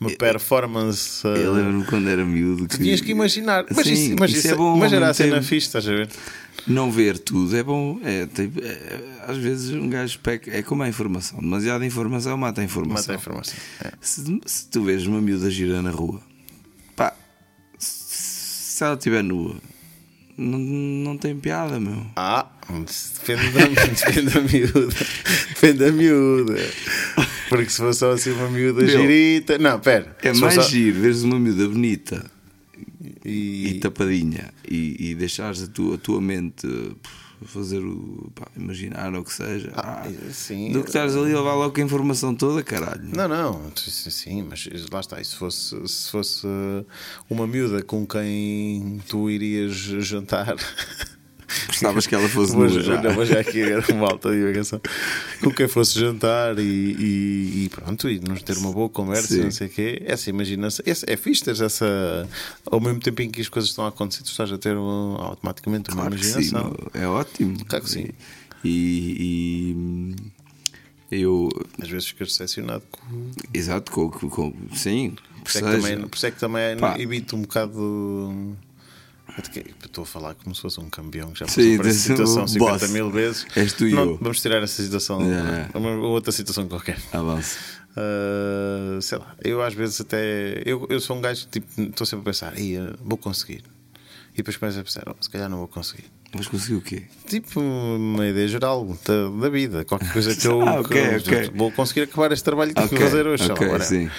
Speaker 4: uma performance. ah,
Speaker 3: Eu lembro-me quando era miúdo que.
Speaker 4: Tinhas que imaginar. Mas,
Speaker 3: Sim, é
Speaker 4: isso, mas, isso-
Speaker 3: ao
Speaker 4: mas era a
Speaker 3: mesmo
Speaker 4: cena
Speaker 3: tempo.
Speaker 4: fixe, estás a ver?
Speaker 3: Não ver tudo é bom. É, tipo, é- às vezes um gajo peca. É como a informação. Demasiada informação mata a
Speaker 4: Mata
Speaker 3: informação.
Speaker 4: a informação. É.
Speaker 3: Se, se tu vês uma miúda gira na rua, pá, se ela estiver nua, não, não tem piada, meu.
Speaker 4: Ah, depende da, depende da miúda. Depende da miúda. Porque se fosse só assim uma miúda
Speaker 3: Meu,
Speaker 4: girita. Não, pera.
Speaker 3: É
Speaker 4: se
Speaker 3: mais
Speaker 4: fosse só-
Speaker 3: giro veres uma miúda bonita e,
Speaker 4: E,
Speaker 3: tapadinha e, e deixares a tua, a tua mente pff, fazer o. pá, imaginar ou o que seja.
Speaker 4: Ah,
Speaker 3: Ah,
Speaker 4: sim.
Speaker 3: Do que estás ali a levar logo com a informação toda, caralho.
Speaker 4: Não, não, sim, sim, mas lá está. E se fosse, se fosse uma miúda com quem tu irias jantar.
Speaker 3: Gostavas que ela fosse
Speaker 4: Vou-
Speaker 3: nua já.
Speaker 4: Não, mas é já aqui era uma alta divagação. Com quem fosse jantar e, e- e pronto, e nos ter uma boa conversa e
Speaker 3: Sim.
Speaker 4: não sei o quê. Essa imaginação, esse- é fixe teres essa. Ao mesmo tempo em que as coisas estão a acontecer, tu estás a ter um- automaticamente uma
Speaker 3: Claro que sim,
Speaker 4: imaginação.
Speaker 3: meu, é ótimo.
Speaker 4: Claro que sim.
Speaker 3: E, e- eu,
Speaker 4: Às vezes ficas decepcionado. Com...
Speaker 3: exato, com, com, com- sim,
Speaker 4: Por,
Speaker 3: que
Speaker 4: isso é que
Speaker 3: seja.
Speaker 4: também, por isso é que também
Speaker 3: Pá.
Speaker 4: evito um bocado. Estou a falar como se fosse um campeão que já passou
Speaker 3: Sim,
Speaker 4: por essa
Speaker 3: desse-
Speaker 4: situação
Speaker 3: o
Speaker 4: 50
Speaker 3: boss.
Speaker 4: mil vezes.
Speaker 3: És tu e
Speaker 4: Não,
Speaker 3: eu.
Speaker 4: Vamos tirar essa situação,
Speaker 3: É.
Speaker 4: uma- outra situação qualquer.
Speaker 3: Avança.
Speaker 4: Uh, sei lá, eu às vezes até. Eu, eu sou um gajo que tipo, estou sempre a pensar, "Ih, eu vou conseguir. E depois começo a pensar, "Oh, se calhar não vou conseguir.
Speaker 3: Mas conseguiu o quê?
Speaker 4: Tipo, uma ideia geral da, da vida, qualquer coisa que eu,
Speaker 3: Ah, ok,
Speaker 4: que eu-
Speaker 3: ok.
Speaker 4: vou conseguir acabar este trabalho que tenho
Speaker 3: Ok,
Speaker 4: que fazer hoje. sei lá,
Speaker 3: ok,
Speaker 4: whatever.
Speaker 3: sim.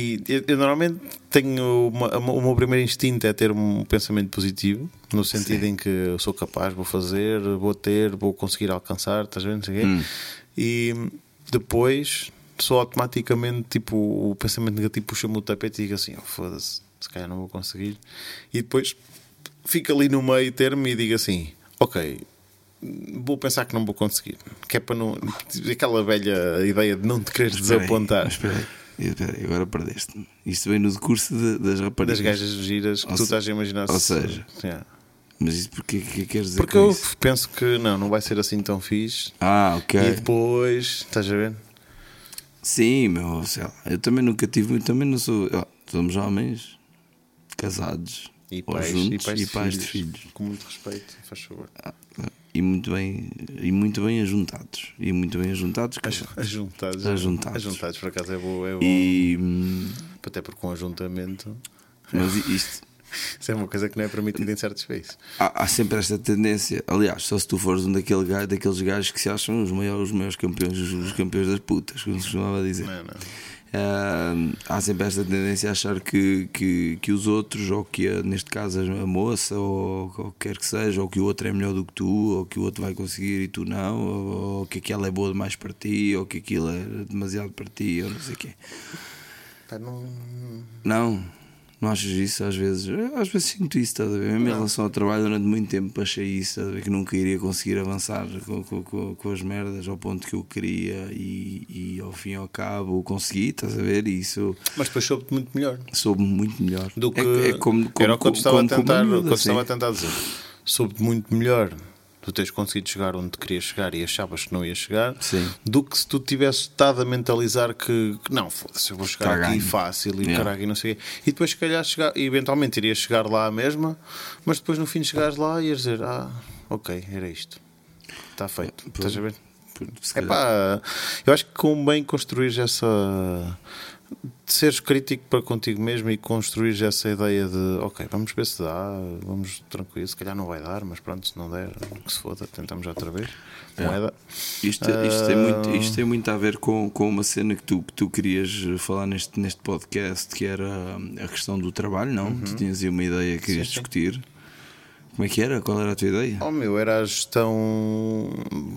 Speaker 4: E eu, eu normalmente tenho uma- uma- o meu primeiro instinto é ter um pensamento positivo, no sentido em que eu sou capaz, vou fazer, vou ter, vou conseguir alcançar, estás vendo? Não sei o quê.
Speaker 3: Hum.
Speaker 4: E depois só automaticamente tipo, o pensamento negativo puxa-me o tapete e digo assim, "Oh, foda-se, se calhar não vou conseguir. E depois fico ali no meio termo e digo assim, ok. Vou pensar que não vou conseguir, que é para não. aquela velha ideia de não te querer
Speaker 3: Espera aí,
Speaker 4: desapontar.
Speaker 3: mas Espera aí, espera aí, agora perdeste-me. Isto vem no decurso de- das raparigas.
Speaker 4: das gajas giras que
Speaker 3: Ou
Speaker 4: tu
Speaker 3: se-
Speaker 4: estás a imaginar.
Speaker 3: ou
Speaker 4: se-
Speaker 3: seja,
Speaker 4: Yeah.
Speaker 3: Mas isso porquê que queres dizer
Speaker 4: porque
Speaker 3: com
Speaker 4: eu
Speaker 3: isso?
Speaker 4: penso que não, não vai ser assim tão fixe.
Speaker 3: Ah, ok.
Speaker 4: E depois, estás a ver?
Speaker 3: Sim, meu, sei lá. Eu também nunca tive, eu também não sou. ó, somos homens casados
Speaker 4: E
Speaker 3: ou
Speaker 4: pais,
Speaker 3: juntos,
Speaker 4: e pais, de,
Speaker 3: de filhos. Ah.
Speaker 4: Com muito respeito, faz favor.
Speaker 3: e muito bem e muito bem ajuntados e muito bem ajuntados cara.
Speaker 4: Ajuntados.
Speaker 3: Ajuntados.
Speaker 4: Ajuntados, por acaso é bom. É bom.
Speaker 3: e hum,
Speaker 4: Até porque um ajuntamento.
Speaker 3: mas i- isto
Speaker 4: Isso é uma coisa que não é permitida em certos países.
Speaker 3: há, há sempre esta tendência aliás só se tu fores um daquele gajo, daqueles gajos que se acham os maiores os maiores campeões os, os campeões das putas como se costumava dizer
Speaker 4: Não, não.
Speaker 3: Ah, há sempre esta tendência a achar que, que, que os outros, ou que a- neste caso a moça, ou, ou quer que seja, ou que o outro é melhor do que tu, ou que o outro vai conseguir e tu não, ou, ou que aquela é boa demais para ti, ou que aquilo é demasiado para ti, ou não sei o quê.
Speaker 4: Pá, não-
Speaker 3: Não, não achas isso às vezes? Eu Às vezes sinto isso, estás a ver? Mesmo em relação ao trabalho, durante muito tempo achei isso, estás a ver? Que nunca iria conseguir avançar com, com, com, com as merdas ao ponto que eu queria e, e ao fim e ao cabo consegui, estás a ver? E isso
Speaker 4: Mas depois soube-te muito melhor.
Speaker 3: soube muito melhor.
Speaker 4: do que
Speaker 3: é, é como, como,
Speaker 4: era o que eu te estava
Speaker 3: como- assim.
Speaker 4: a
Speaker 3: como uma
Speaker 4: tentar, o
Speaker 3: miúda,
Speaker 4: que eu te
Speaker 3: sim.
Speaker 4: estava a tentar dizer. Soube muito melhor tu tens conseguido chegar onde querias chegar e achavas que não ia chegar,
Speaker 3: Sim.
Speaker 4: do que se tu tivesse estado a mentalizar que, que não, foda-se, eu vou chegar
Speaker 3: Tá
Speaker 4: aqui
Speaker 3: ganho.
Speaker 4: fácil e
Speaker 3: Yeah.
Speaker 4: caralho e não sei o quê. E depois, se calhar, chegar, e eventualmente irias chegar lá à mesma, mas depois no fim chegares lá e ias dizer, ah, ok, era isto. Está feito. Estás a ver?
Speaker 3: Se
Speaker 4: É
Speaker 3: calhar-
Speaker 4: pá, eu acho que convém construir essa. De seres crítico para contigo mesmo e construir essa ideia de ok, vamos ver se dá, vamos tranquilo, se calhar não vai dar, mas pronto, se não der, que se foda, tentamos outra vez. é? Moeda.
Speaker 3: Isto, isto, tem
Speaker 4: ah,
Speaker 3: muito, isto tem muito a ver com, com uma cena que tu, que tu querias falar neste, neste podcast, que era hum, a questão do trabalho, não?
Speaker 4: Uhum.
Speaker 3: Tu tinhas aí uma ideia que querias discutir. Como é que era? Qual era a tua ideia?
Speaker 4: Oh meu, era a gestão.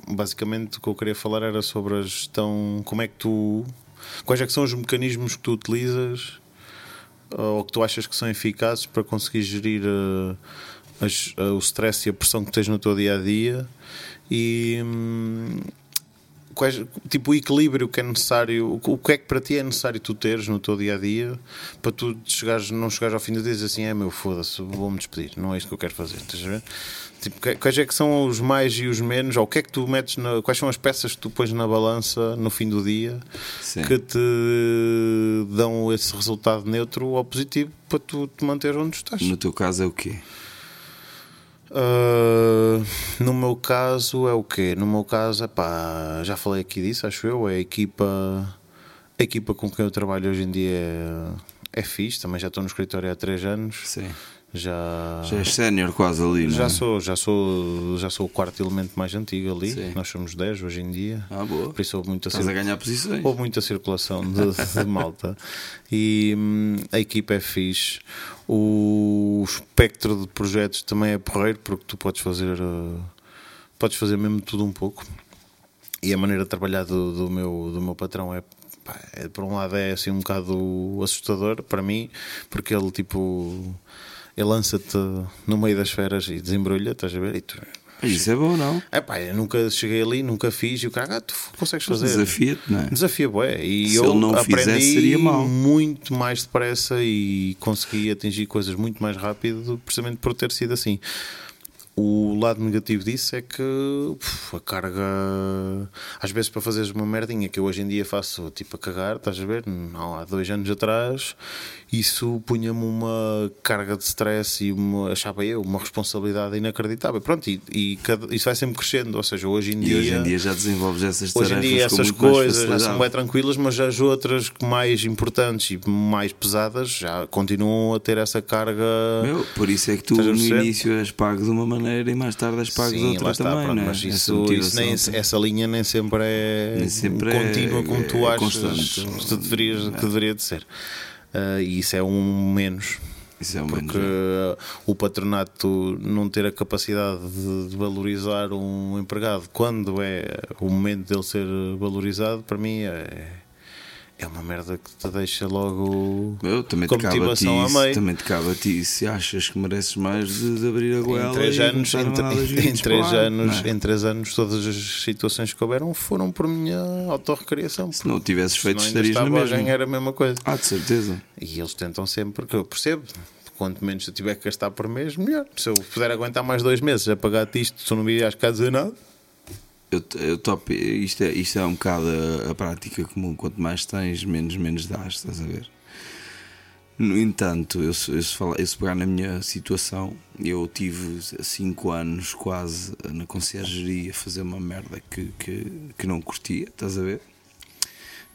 Speaker 4: Basicamente o que eu queria falar era sobre a gestão. Como é que tu. Quais é que são os mecanismos que tu utilizas ou que tu achas que são eficazes para conseguir gerir eh, as- eh, o stress e a pressão que tens no teu dia a dia e hum, quais, tipo o equilíbrio que é necessário, o, o que é que para ti é necessário tu teres no teu dia a dia para tu chegares, não chegares ao fim do dia e dizer assim, é meu foda-se, vou-me despedir, não é isto que eu quero fazer, estás a ver? Tipo, que- quais é que são os mais e os menos, ou o que é que tu metes, na- quais são as peças que tu pões na balança no fim do dia
Speaker 3: Sim.
Speaker 4: que te dão esse resultado neutro ou positivo para tu te manter onde estás.
Speaker 3: No teu caso é o quê?
Speaker 4: Uh, no meu caso é o quê? No meu caso, epá, já falei aqui disso, acho eu, é a equipa, a equipa com quem eu trabalho hoje em dia é, é fixe, também já estou no escritório há 3 anos,
Speaker 3: Sim.
Speaker 4: já,
Speaker 3: Já és sénior quase ali, não é?
Speaker 4: Ah. já sou, já sou, já sou o quarto elemento mais antigo ali,
Speaker 3: Sim.
Speaker 4: nós somos 10 hoje em dia,
Speaker 3: Ah, boa.
Speaker 4: por isso houve muita
Speaker 3: Estás a ganhar posições.
Speaker 4: Houve muita circulação de, de malta e hum, a equipa é fixe. O espectro de projetos também é porreiro porque tu podes fazer uh, podes fazer mesmo tudo um pouco. E a maneira de trabalhar do, do meu, do meu patrão é, pá, é, por um lado é assim um bocado assustador para mim, porque ele tipo ele lança-te no meio das feras e desembrulha, estás a ver? E tu,
Speaker 3: Isso é bom, não?
Speaker 4: é pá, eu nunca cheguei ali, nunca fiz. E o cara, ah, tu consegues fazer.
Speaker 3: Desafia-te, não é?
Speaker 4: Desafia, bué. E
Speaker 3: Se
Speaker 4: eu
Speaker 3: ele não o
Speaker 4: aprendi
Speaker 3: fizesse, seria mau.
Speaker 4: muito mais depressa e consegui atingir coisas muito mais rápido, precisamente por ter sido assim. O lado negativo disso é que puf, a carga. Às vezes, para fazeres uma merdinha que eu hoje em dia faço, tipo a cagar, estás a ver? Não, há dois anos atrás, isso punha-me uma carga de stress e uma, achava eu, uma responsabilidade inacreditável. Pronto, e, e cada- isso vai sempre crescendo. Ou seja, hoje em
Speaker 3: E
Speaker 4: dia.
Speaker 3: hoje em dia já desenvolves essas
Speaker 4: Hoje
Speaker 3: tarefas
Speaker 4: em dia
Speaker 3: com
Speaker 4: essas
Speaker 3: muito mais
Speaker 4: coisas já são
Speaker 3: facilidade.
Speaker 4: bem tranquilas, mas as outras que mais importantes e mais pesadas já continuam a ter essa carga.
Speaker 3: Meu, por isso é que tu
Speaker 4: Estás a
Speaker 3: no
Speaker 4: perceber?
Speaker 3: início és pago de uma maneira e mais tarde és pago de
Speaker 4: Sim,
Speaker 3: outra
Speaker 4: lá está,
Speaker 3: também,
Speaker 4: pronto,
Speaker 3: não é?
Speaker 4: mas
Speaker 3: Essa
Speaker 4: isso, isso nem-
Speaker 3: motivação.
Speaker 4: essa linha nem sempre é
Speaker 3: Nem sempre é-
Speaker 4: contínua como tu
Speaker 3: é
Speaker 4: achas
Speaker 3: constante. É.
Speaker 4: que, deverias, que deveria de ser. Ah, e isso é um menos.
Speaker 3: Isso é um
Speaker 4: Porque
Speaker 3: menos.
Speaker 4: o patronato não ter a capacidade de de valorizar um empregado quando é o momento dele ser valorizado, para mim é, é uma merda que te deixa logo
Speaker 3: Eu também te
Speaker 4: com
Speaker 3: cabe a ti
Speaker 4: motivação a
Speaker 3: isso,
Speaker 4: meio.
Speaker 3: também te cabe a ti isso. se achas que mereces mais de, de abrir a goela
Speaker 4: Em três
Speaker 3: e
Speaker 4: anos,
Speaker 3: começar a
Speaker 4: em,
Speaker 3: mandar os
Speaker 4: em- em
Speaker 3: gritos para
Speaker 4: três
Speaker 3: o ar,
Speaker 4: anos,
Speaker 3: não é?
Speaker 4: em três anos, todas as situações que houveram foram por minha autorrecriação.
Speaker 3: se não o tivesses feito
Speaker 4: Senão ainda
Speaker 3: estarias
Speaker 4: estava
Speaker 3: na
Speaker 4: a
Speaker 3: mesma
Speaker 4: ganhar a mesma coisa.
Speaker 3: ah de certeza
Speaker 4: E eles tentam sempre, porque eu percebo. Quanto menos eu tiver que gastar por mês, melhor. Se eu puder aguentar mais dois meses a pagar-te isto, tu não me irás cá dizer nada.
Speaker 3: eu, eu top, isto, é, isto é um bocado a, a prática comum quanto mais tens menos menos dás estás a ver no entanto eu, se- eu, se falar- eu se pegar na minha situação eu tive cinco anos quase na conciergeria a fazer uma merda que, que, que não curtia estás a ver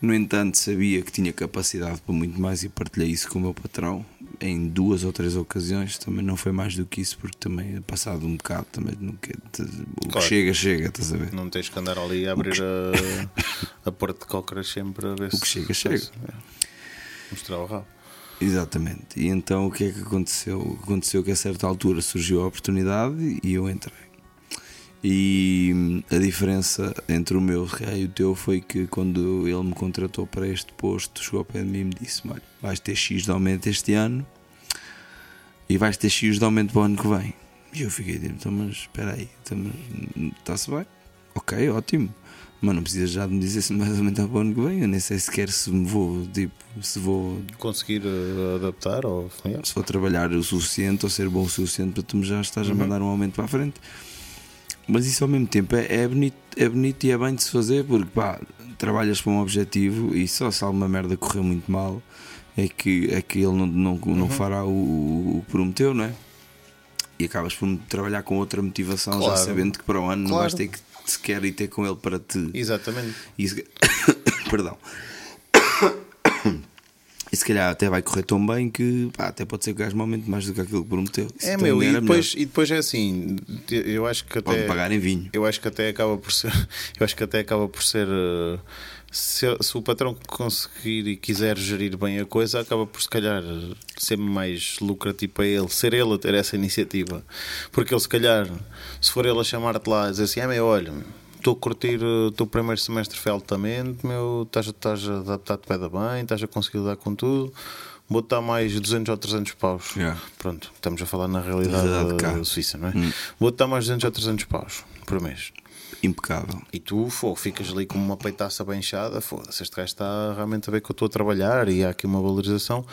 Speaker 3: No entanto, sabia que tinha capacidade para muito mais e partilhei isso com o meu patrão em duas ou três ocasiões. Também não foi mais do que isso, porque também, passado um bocado, também não quer- te- o que
Speaker 4: Claro.
Speaker 3: chega, chega, estás a ver?
Speaker 4: Não tens que andar ali a abrir a, a porta de cócoras sempre a ver
Speaker 3: O que chega, chega.
Speaker 4: é. Mostrar o rabo.
Speaker 3: Exatamente. E então o que é que aconteceu? O que Aconteceu que a certa altura surgiu a oportunidade e eu entrei. E hum, a diferença entre o meu e o teu foi que quando ele me contratou para este posto, chegou ao pé de mim e me disse: Olha, vais ter X de aumento este ano e vais ter X de aumento para o ano que vem. E eu fiquei tipo: então, mas espera aí, então, mas, está-se bem? Ok, ótimo. Mas não precisas já de me dizer se mais ou menos para o ano que vem. Eu nem sei sequer se me vou, tipo, se vou
Speaker 4: Conseguir eh, adaptar ou familiar. Uhum.
Speaker 3: se for trabalhar o suficiente ou ser bom o suficiente para tu me já estás a mandar um aumento para a frente. Mas isso ao mesmo tempo é, é bonito, é bonito e é bem de se fazer porque pá, trabalhas para um objetivo e só se alguma merda correr muito mal é que, é que ele não, não,
Speaker 4: Uhum.
Speaker 3: não fará o, o- o que prometeu, não é? E acabas por trabalhar com outra motivação, já
Speaker 4: Claro.
Speaker 3: sabendo que para o ano não
Speaker 4: Claro.
Speaker 3: vais ter que sequer ir ter com ele para te.
Speaker 4: Exatamente.
Speaker 3: E se... Perdão. E se calhar até vai correr tão bem que pá, até pode ser que o gajo aumente mais do que aquilo que prometeu. Isso
Speaker 4: É
Speaker 3: também
Speaker 4: meu, e
Speaker 3: era
Speaker 4: depois, é- e depois é assim, eu acho que
Speaker 3: melhor.
Speaker 4: até
Speaker 3: Pode pagar em vinho.
Speaker 4: eu acho que até acaba por ser, eu acho que até acaba por ser eh, se, se o patrão conseguir e quiser gerir bem a coisa, acaba por se calhar ser mais lucrativo para ele, ser ele a ter essa iniciativa. Porque ele se calhar, se for ele a chamar-te lá e dizer assim, é meu, olha, estou a curtir eh, o teu primeiro semestre foi altamente, meu, estás, a- estás a adaptar-te bem, bem, estás a conseguir lidar com tudo. Vou-te dar mais 200 ou 300 paus.
Speaker 3: Yeah.
Speaker 4: Pronto, estamos a falar na realidade,
Speaker 3: Realidade de cá.
Speaker 4: eh, suíça, não é? Vou-te dar mais 200 ou 300 paus por mês.
Speaker 3: Impecável.
Speaker 4: E tu, fô, ficas ali com uma peitaça bem inchada, foda-se, este gajo está realmente a ver que eu estou a trabalhar e há aqui uma valorização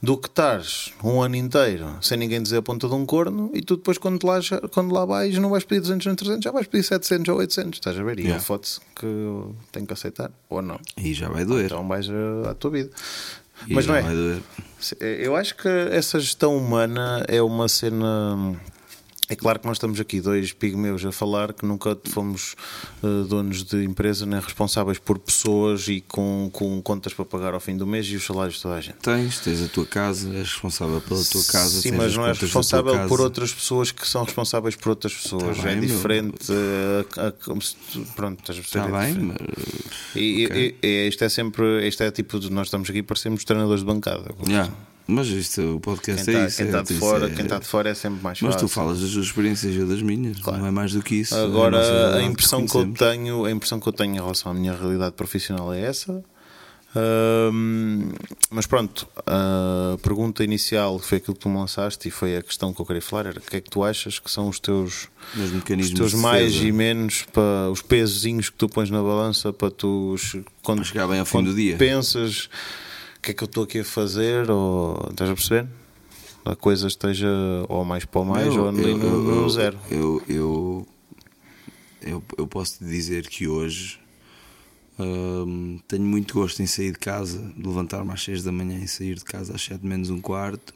Speaker 4: do que estás um ano inteiro sem ninguém dizer a ponta de um corno e tu depois quando lá, já- quando lá vais não vais pedir 200 nem 300, já vais pedir 700 ou 800, estás a ver? E
Speaker 3: Yeah.
Speaker 4: yeah. foda-se que eu tenho que aceitar, ou não.
Speaker 3: E já vai doer.
Speaker 4: Então vais eh, à tua vida.
Speaker 3: E
Speaker 4: Mas
Speaker 3: já
Speaker 4: não é,
Speaker 3: vai doer.
Speaker 4: Sim, é, Eu acho que essa gestão humana é uma cena. É claro que nós estamos aqui dois pigmeus a falar que nunca fomos eh, donos de empresa nem responsáveis por pessoas e com, com contas para pagar ao fim do mês e os salários de toda a gente.
Speaker 3: Tens, tens a tua casa, és responsável pela tua casa.
Speaker 4: Sim,
Speaker 3: tens
Speaker 4: mas
Speaker 3: as
Speaker 4: não és
Speaker 3: contas da tua
Speaker 4: responsável por
Speaker 3: casa.
Speaker 4: outras pessoas que são responsáveis por outras pessoas.
Speaker 3: Tá bem,
Speaker 4: é
Speaker 3: meu.
Speaker 4: diferente. eh, a- a- como se tu- pronto, estás a perceber?
Speaker 3: Está Tá
Speaker 4: é
Speaker 3: bem,
Speaker 4: diferente.
Speaker 3: mas
Speaker 4: E, e-
Speaker 3: ok.
Speaker 4: e- isto é sempre. Isto é tipo. de- Nós estamos aqui para sermos treinadores de bancada.
Speaker 3: yeah. mas isto, o podcast
Speaker 4: Quem
Speaker 3: é
Speaker 4: está
Speaker 3: isso.
Speaker 4: quem
Speaker 3: é,
Speaker 4: tá de
Speaker 3: isso
Speaker 4: fora,
Speaker 3: é-
Speaker 4: quem tá de fora é sempre mais
Speaker 3: Mas
Speaker 4: fácil.
Speaker 3: tu falas das tuas experiências e eu das minhas,
Speaker 4: Claro.
Speaker 3: não é mais do que isso. é nossa
Speaker 4: Agora a
Speaker 3: realidade
Speaker 4: impressão que eu
Speaker 3: conhecemos.
Speaker 4: tenho, a impressão que eu tenho em relação à minha realidade profissional é essa. Ahm, mas pronto, a pergunta inicial foi aquilo que tu me lançaste e foi a questão que eu queria falar, era o que é que tu achas que são os teus
Speaker 3: Nos
Speaker 4: os
Speaker 3: mecanismos
Speaker 4: teus
Speaker 3: de
Speaker 4: mais
Speaker 3: defesa.
Speaker 4: e menos para os pesozinhos que tu pões na balança para tu che- quando,
Speaker 3: Para chegar bem ao fim
Speaker 4: quando
Speaker 3: do dia.
Speaker 4: pensas o que é que eu estou aqui a fazer ou estás a perceber? A coisa esteja ou mais para o mais
Speaker 3: Não,
Speaker 4: ou ali no, no zero.
Speaker 3: Eu, eu, eu, eu posso te dizer que hoje hum, tenho muito gosto em sair de casa, de levantar-me às 6 da manhã e sair de casa às 7 menos um quarto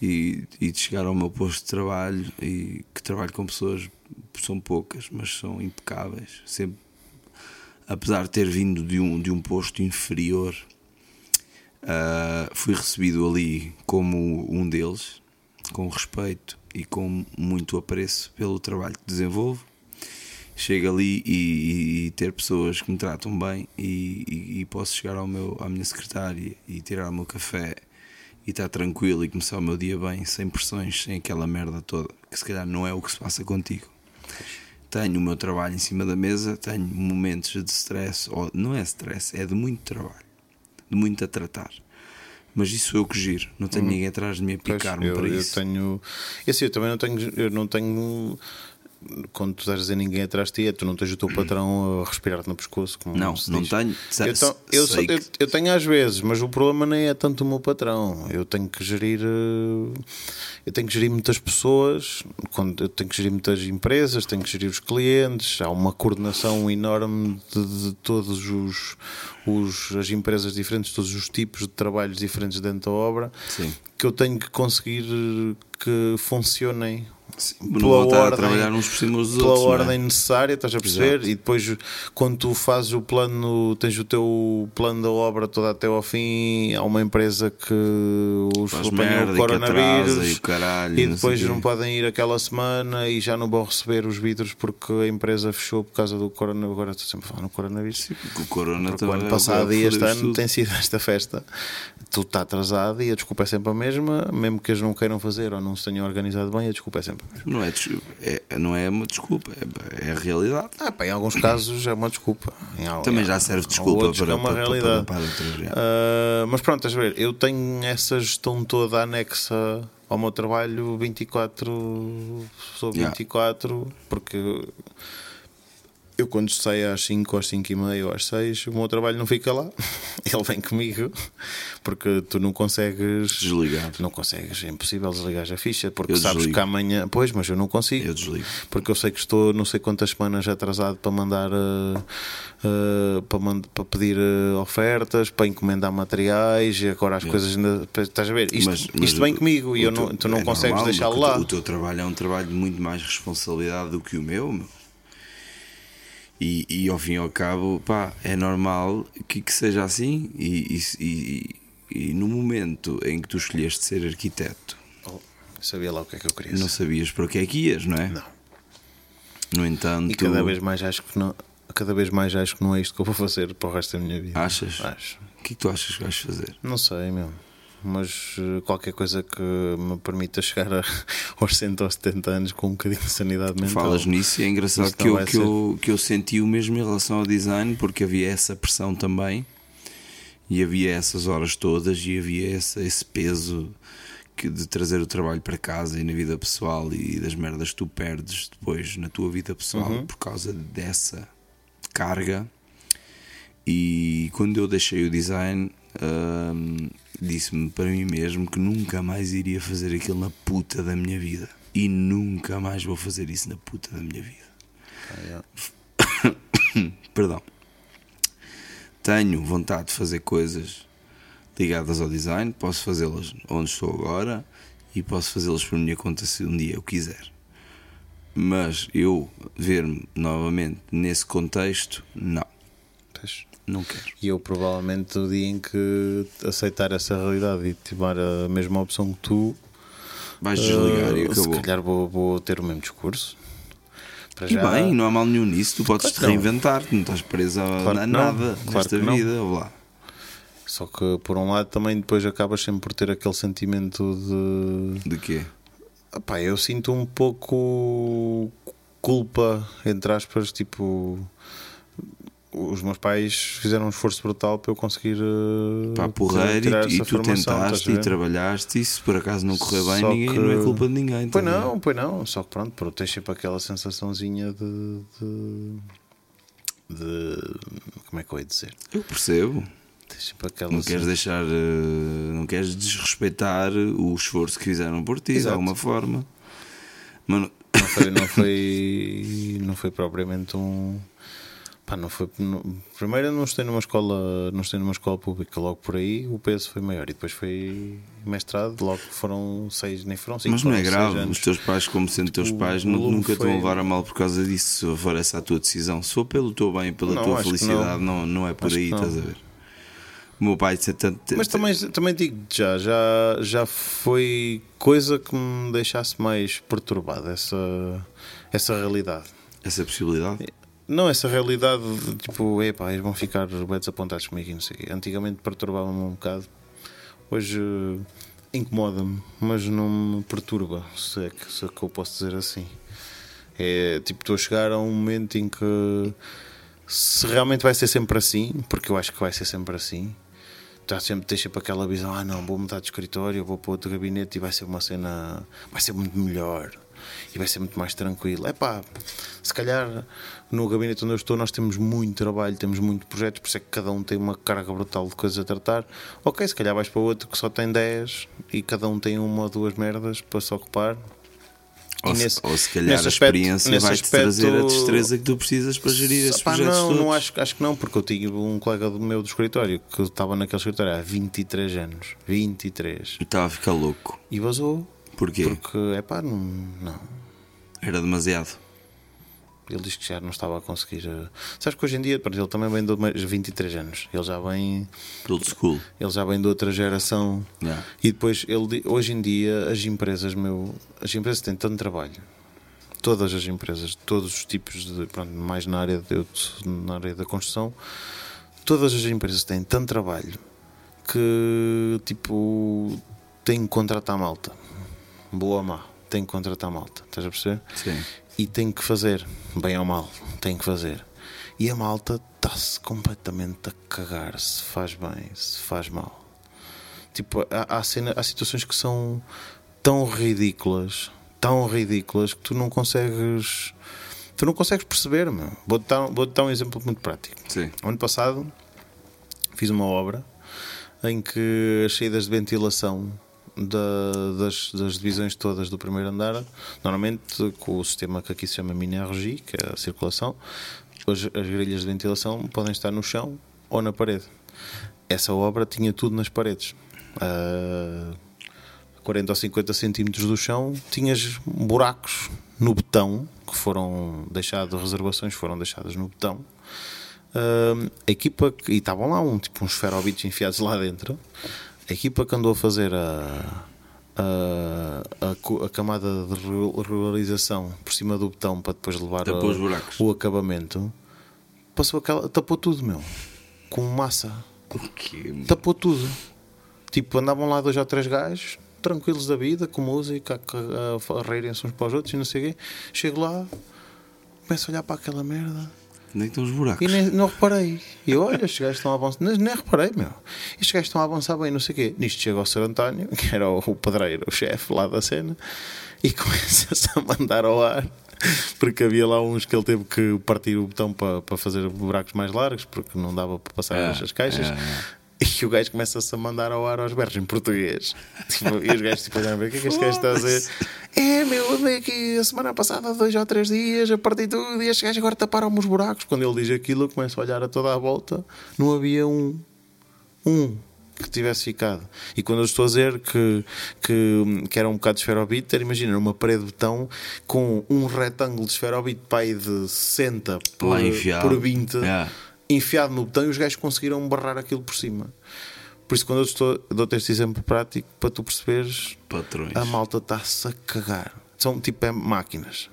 Speaker 3: e, e de chegar ao meu posto de trabalho e que trabalho com pessoas, são poucas, mas são impecáveis. Sempre, apesar de ter vindo de um, de um posto inferior, ah, fui recebido ali como um deles, com respeito e com muito apreço pelo trabalho que desenvolvo. Chego ali e, e- e ter pessoas que me tratam bem e, e- e posso chegar ao meu, à minha secretária e tirar o meu café e estar tranquilo e começar o meu dia bem, sem pressões, sem aquela merda toda, que se calhar não é o que se passa contigo. Tenho o meu trabalho em cima da mesa, tenho momentos de stress, ou não é stress, é de muito trabalho de muito a tratar. Mas isso sou eu que giro, não tenho ninguém atrás de mim a
Speaker 4: Hum. Pois,
Speaker 3: picar-me
Speaker 4: eu,
Speaker 3: para
Speaker 4: eu
Speaker 3: isso.
Speaker 4: tenho. E assim, eu também não tenho. Eu não tenho. Quando tu estás a dizer ninguém atrás de ti, é tu não tens o teu patrão a respirar-te no pescoço. Como
Speaker 3: Hum. Não,
Speaker 4: um se
Speaker 3: não
Speaker 4: diz.
Speaker 3: tenho. Sa-
Speaker 4: Eu, to- eu,
Speaker 3: sei
Speaker 4: só- eu-
Speaker 3: que-
Speaker 4: eu tenho às vezes, mas o problema nem é tanto o meu patrão. Eu tenho que gerir. eh, Eu tenho que gerir muitas pessoas, quando- eu tenho que gerir muitas empresas, tenho que gerir os clientes. Há uma coordenação enorme de, de todos os, os- as empresas diferentes, todos os tipos de trabalhos diferentes dentro da obra
Speaker 3: Sim.
Speaker 4: que eu tenho que conseguir eh, que funcionem
Speaker 3: Não
Speaker 4: pela
Speaker 3: vou estar
Speaker 4: ordem-
Speaker 3: a trabalhar uns por cima dos
Speaker 4: pela
Speaker 3: outros. não é?
Speaker 4: ordem necessária, estás a perceber? E depois, quando tu fazes o plano, tens o teu plano da obra toda até ao fim. Há uma empresa que os
Speaker 3: Faz
Speaker 4: apanhou
Speaker 3: merda e
Speaker 4: o
Speaker 3: que atrasa
Speaker 4: coronavírus
Speaker 3: e o caralho,
Speaker 4: e
Speaker 3: não
Speaker 4: depois
Speaker 3: sei o
Speaker 4: não,
Speaker 3: quê.
Speaker 4: podem ir aquela semana e já não vão receber os vidros porque a empresa fechou por causa do coronavírus. Agora estou sempre a falar no coronavírus.
Speaker 3: Porque o Corona
Speaker 4: Porque o
Speaker 3: também
Speaker 4: ano
Speaker 3: é-
Speaker 4: passado e este
Speaker 3: fodeu-se
Speaker 4: ano
Speaker 3: tudo.
Speaker 4: tem sido esta festa. Tudo está atrasado e a desculpa é sempre a mesma, mesmo que eles não queiram fazer ou não se tenham organizado bem, a desculpa é sempre a mesma.
Speaker 3: Não é, des- é- não é uma desculpa, é, é a realidade.
Speaker 4: Ah, pá, em alguns casos é uma desculpa. Em al-
Speaker 3: Também
Speaker 4: em-
Speaker 3: já serve de
Speaker 4: há
Speaker 3: desculpa
Speaker 4: outros que
Speaker 3: para-
Speaker 4: é uma
Speaker 3: para- para-
Speaker 4: realidade.
Speaker 3: para- para outras, já.
Speaker 4: Ah, mas pronto, estás a ver, eu tenho essa gestão toda anexa ao meu trabalho 24 sobre
Speaker 3: Já.
Speaker 4: 24, porque Eu quando saio às 5 às 5 e meia ou às 6 O meu trabalho não fica lá Ele vem comigo Porque tu não consegues
Speaker 3: Desligar.
Speaker 4: Não consegues, é impossível desligar a ficha Porque
Speaker 3: Eu
Speaker 4: sabes
Speaker 3: desligo.
Speaker 4: que amanhã Pois, mas eu não consigo
Speaker 3: Eu desligo.
Speaker 4: Porque eu sei que estou não sei quantas semanas atrasado Para mandar eh, eh, para, mand- para pedir eh, ofertas Para encomendar materiais E agora as coisas ainda Estás a ver? Isto,
Speaker 3: Mas- mas
Speaker 4: isto vem
Speaker 3: o-
Speaker 4: comigo E
Speaker 3: o
Speaker 4: eu não,
Speaker 3: teu-
Speaker 4: tu não
Speaker 3: é
Speaker 4: consegues
Speaker 3: normal,
Speaker 4: deixá-lo
Speaker 3: porque
Speaker 4: lá
Speaker 3: O teu trabalho é um trabalho de muito mais responsabilidade do que o meu, meu. E, e ao fim e ao cabo, pá, é normal que, que seja assim. E, e- e- e no momento em que tu escolheste ser arquiteto,
Speaker 4: Oh, Sabia lá o que é que eu queria
Speaker 3: não
Speaker 4: ser.
Speaker 3: sabias para o que é que ias, não é?
Speaker 4: Não.
Speaker 3: No entanto,
Speaker 4: E cada vez mais acho que não. Cada vez mais acho que não é isto que eu vou fazer para o resto da minha vida.
Speaker 3: Achas?
Speaker 4: Acho.
Speaker 3: o que é que tu achas que vais fazer?
Speaker 4: Não sei mesmo. Mas eh, qualquer coisa que me permita chegar a- aos 100 ou 70 anos com um bocadinho de sanidade mental.
Speaker 3: Falas nisso e é engraçado
Speaker 4: isto
Speaker 3: que
Speaker 4: não
Speaker 3: eu,
Speaker 4: vai
Speaker 3: que, eu, que eu senti o mesmo em relação ao design, porque havia essa pressão também, e havia essas horas todas, e havia essa, esse peso que de trazer o trabalho para casa e na vida pessoal e das merdas que tu perdes depois na tua vida pessoal
Speaker 4: Uhum.
Speaker 3: por causa dessa carga. E quando eu deixei o design, hum, disse-me para mim mesmo que nunca mais iria fazer aquilo na puta da minha vida. E nunca mais vou fazer isso na puta da minha vida. Perdão. Tenho vontade de fazer coisas ligadas ao design, posso fazê-las onde estou agora e posso fazê-las por minha conta se um dia eu quiser. Mas eu ver-me novamente nesse contexto, não,
Speaker 4: Pois.
Speaker 3: não quero.
Speaker 4: E eu provavelmente o dia em que aceitar essa realidade e tomar a mesma opção que tu,
Speaker 3: Vais desligar
Speaker 4: eh,
Speaker 3: e
Speaker 4: se
Speaker 3: acabou.
Speaker 4: calhar vou, vou ter o mesmo discurso. Para
Speaker 3: E bem, não há mal nenhum nisso, tu podes
Speaker 4: Pois
Speaker 3: te
Speaker 4: não.
Speaker 3: reinventar, tu não estás preso a,
Speaker 4: Claro
Speaker 3: a
Speaker 4: que não,
Speaker 3: nada
Speaker 4: claro
Speaker 3: nesta
Speaker 4: que não.
Speaker 3: vida. Olá.
Speaker 4: Só que por um lado também depois acabas sempre por ter aquele sentimento de
Speaker 3: De quê?
Speaker 4: Epá, eu sinto um pouco culpa, entre aspas, tipo. Os meus pais fizeram um esforço brutal para eu conseguir. eh,
Speaker 3: Pá, porreiro
Speaker 4: tirar
Speaker 3: e, tu- e
Speaker 4: essa
Speaker 3: tu
Speaker 4: formação, estás
Speaker 3: tentaste
Speaker 4: a
Speaker 3: e
Speaker 4: ver?
Speaker 3: trabalhaste e se por acaso não correr bem,
Speaker 4: Só
Speaker 3: ninguém,
Speaker 4: que-
Speaker 3: não é culpa de ninguém.
Speaker 4: Pois
Speaker 3: estás a ver?
Speaker 4: não, pois não. Só que pronto, pronto tens sempre aquela sensaçãozinha de, de. de- Como é que eu ia dizer?
Speaker 3: Eu percebo.
Speaker 4: Tens sempre aquela.
Speaker 3: Não queres
Speaker 4: sen-
Speaker 3: deixar, eh, não queres desrespeitar o esforço que fizeram por ti de
Speaker 4: Exato.
Speaker 3: alguma forma. Mas não-
Speaker 4: não foi, não foi, não foi propriamente um. Pá, não foi, não- primeiro eu não estudei numa escola, não estudei numa escola pública, logo por aí o peso foi maior e depois foi mestrado, logo foram seis, nem foram cinco,
Speaker 3: mas não é
Speaker 4: foram seis
Speaker 3: grave.
Speaker 4: anos.
Speaker 3: Os teus pais, como sendo teus
Speaker 4: O-
Speaker 3: pais,
Speaker 4: Tipo, o
Speaker 3: nu-
Speaker 4: volume
Speaker 3: nunca te vão
Speaker 4: foi-
Speaker 3: levar a mal por causa disso, se for essa a tua decisão. Se for pelo teu bem, pela
Speaker 4: Não,
Speaker 3: tua
Speaker 4: acho que
Speaker 3: felicidade, não. Não, é por
Speaker 4: Acho que
Speaker 3: aí,
Speaker 4: não.
Speaker 3: estás a ver? O meu pai disse tanto.
Speaker 4: Mas também, também digo já, já, já foi coisa que me deixasse mais perturbado essa, essa realidade.
Speaker 3: Essa possibilidade.
Speaker 4: Não, essa realidade, de, tipo, epá, eles vão ficar bem desapontados comigo e não sei o quê. Antigamente perturbava-me um bocado, hoje eh, incomoda-me, mas não me perturba, se é, que, se é que eu posso dizer assim. É tipo, estou a chegar a um momento em que se realmente vai ser sempre assim, porque eu acho que vai ser sempre assim, Estás sempre, tens sempre aquela visão, ah não, vou mudar de escritório, vou para outro gabinete e vai ser uma cena, vai ser muito melhor e vai ser muito mais tranquilo. É pá, se calhar no gabinete onde eu estou nós temos muito trabalho, temos muito projetos, por isso é que cada um tem uma carga brutal de coisas a tratar. Ok, se calhar vais para outro que só tem 10 e cada um tem uma ou duas merdas para se ocupar.
Speaker 3: Ou,
Speaker 4: E
Speaker 3: se-
Speaker 4: nesse-
Speaker 3: ou se calhar
Speaker 4: nesse
Speaker 3: a
Speaker 4: aspecto-
Speaker 3: experiência
Speaker 4: nesse
Speaker 3: vai-te trazer a
Speaker 4: aspecto-
Speaker 3: destreza que tu precisas para gerir esses
Speaker 4: Epá,
Speaker 3: projetos.
Speaker 4: não, não
Speaker 3: todos.
Speaker 4: acho, acho que não, porque eu tinha um colega do meu do escritório que estava naquele escritório há 23 anos. 23.
Speaker 3: Eu Estava a ficar louco.
Speaker 4: E vazou.
Speaker 3: Porquê?
Speaker 4: Porque, é pá, não, não.
Speaker 3: Era demasiado.
Speaker 4: Ele diz que já não estava a conseguir. eh, Sabes que hoje em dia, pronto, ele também vem de mais 23 anos. Ele já vem,
Speaker 3: Old school.
Speaker 4: ele já vem de outra geração.
Speaker 3: Yeah.
Speaker 4: E depois, ele, di- hoje em dia, as empresas, meu, as empresas têm tanto trabalho. Todas as empresas, todos os tipos de. Pronto, mais na área, de, eu sou na área da construção, todas as empresas têm tanto trabalho que, tipo, têm que contratar malta. Boa ou má, têm que contratar malta. Estás a perceber?
Speaker 3: Sim.
Speaker 4: e tem que fazer, bem ou mal, tem que fazer. E a malta está-se completamente a cagar se faz bem, se faz mal. Tipo, há, há, cena- há situações que são tão ridículas, tão ridículas, que tu não consegues Tu não consegues perceber, meu. Vou-te dar, vou dar um exemplo muito prático.
Speaker 3: Sim.
Speaker 4: O ano passado fiz uma obra em que as saídas de ventilação da- das, das divisões todas do primeiro andar, normalmente com o sistema que aqui se chama mini-RG, que é a circulação, as, as grelhas de ventilação podem estar no chão ou na parede. Essa obra tinha tudo nas paredes. Ah, 40 ou 50 centímetros do chão, tinhas buracos no betão que foram deixadas, reservações foram deixadas no betão. Ahm, a equipa que, e estavam lá um, tipo, uns ferobites enfiados lá dentro. A equipa que andou a fazer a, a, a co- a camada de re- regularização por cima do betão para depois levar
Speaker 3: Tapou
Speaker 4: a-
Speaker 3: os buracos.
Speaker 4: o acabamento passou aquela, tapou tudo, meu, com massa
Speaker 3: Porquê?
Speaker 4: tapou tudo. Tipo, andavam lá dois ou três gajos, tranquilos da vida, com música, a, a, a rirem-se uns para os outros e não sei o quê. Chego lá, começo a olhar para aquela merda
Speaker 3: Nem estão os
Speaker 4: e
Speaker 3: buracos.
Speaker 4: nem, não reparei. E eu, olha, estes gajos estão a avançar. Nem, nem reparei, meu. Estes gajos estão a avançar bem, não sei o quê. Nisto chega o Sr. António, que era o, o pedreiro, o chefe lá da cena, e começa-se a mandar ao ar. Porque havia lá uns que ele teve que partir o botão para, para fazer buracos mais largos, porque não dava para passar
Speaker 3: Ah,
Speaker 4: as caixas.
Speaker 3: é, é.
Speaker 4: E o gajo começa-se a mandar ao ar aos berros em português. Tipo, e os gajos tipo, olharam para o que é que este gajo está a dizer? É, meu, andei aqui a semana passada, dois ou três dias, a partir tudo, e estes gajos agora taparam-me os buracos. Quando ele diz aquilo, eu começo a olhar a toda a volta, não havia um. Um que tivesse ficado. E quando eu estou a dizer que, que, que era um bocado de esferobiter, imagina era uma parede de betão com um retângulo de esferobite pai de 60 por,
Speaker 3: Lá enfiado.
Speaker 4: por 20
Speaker 3: Yeah.
Speaker 4: enfiado no botão e os gajos conseguiram barrar aquilo por cima. Por isso, quando eu estou, dou-te este exemplo prático para tu perceberes,
Speaker 3: Patrões.
Speaker 4: a malta está-se a cagar. São tipo é, máquinas.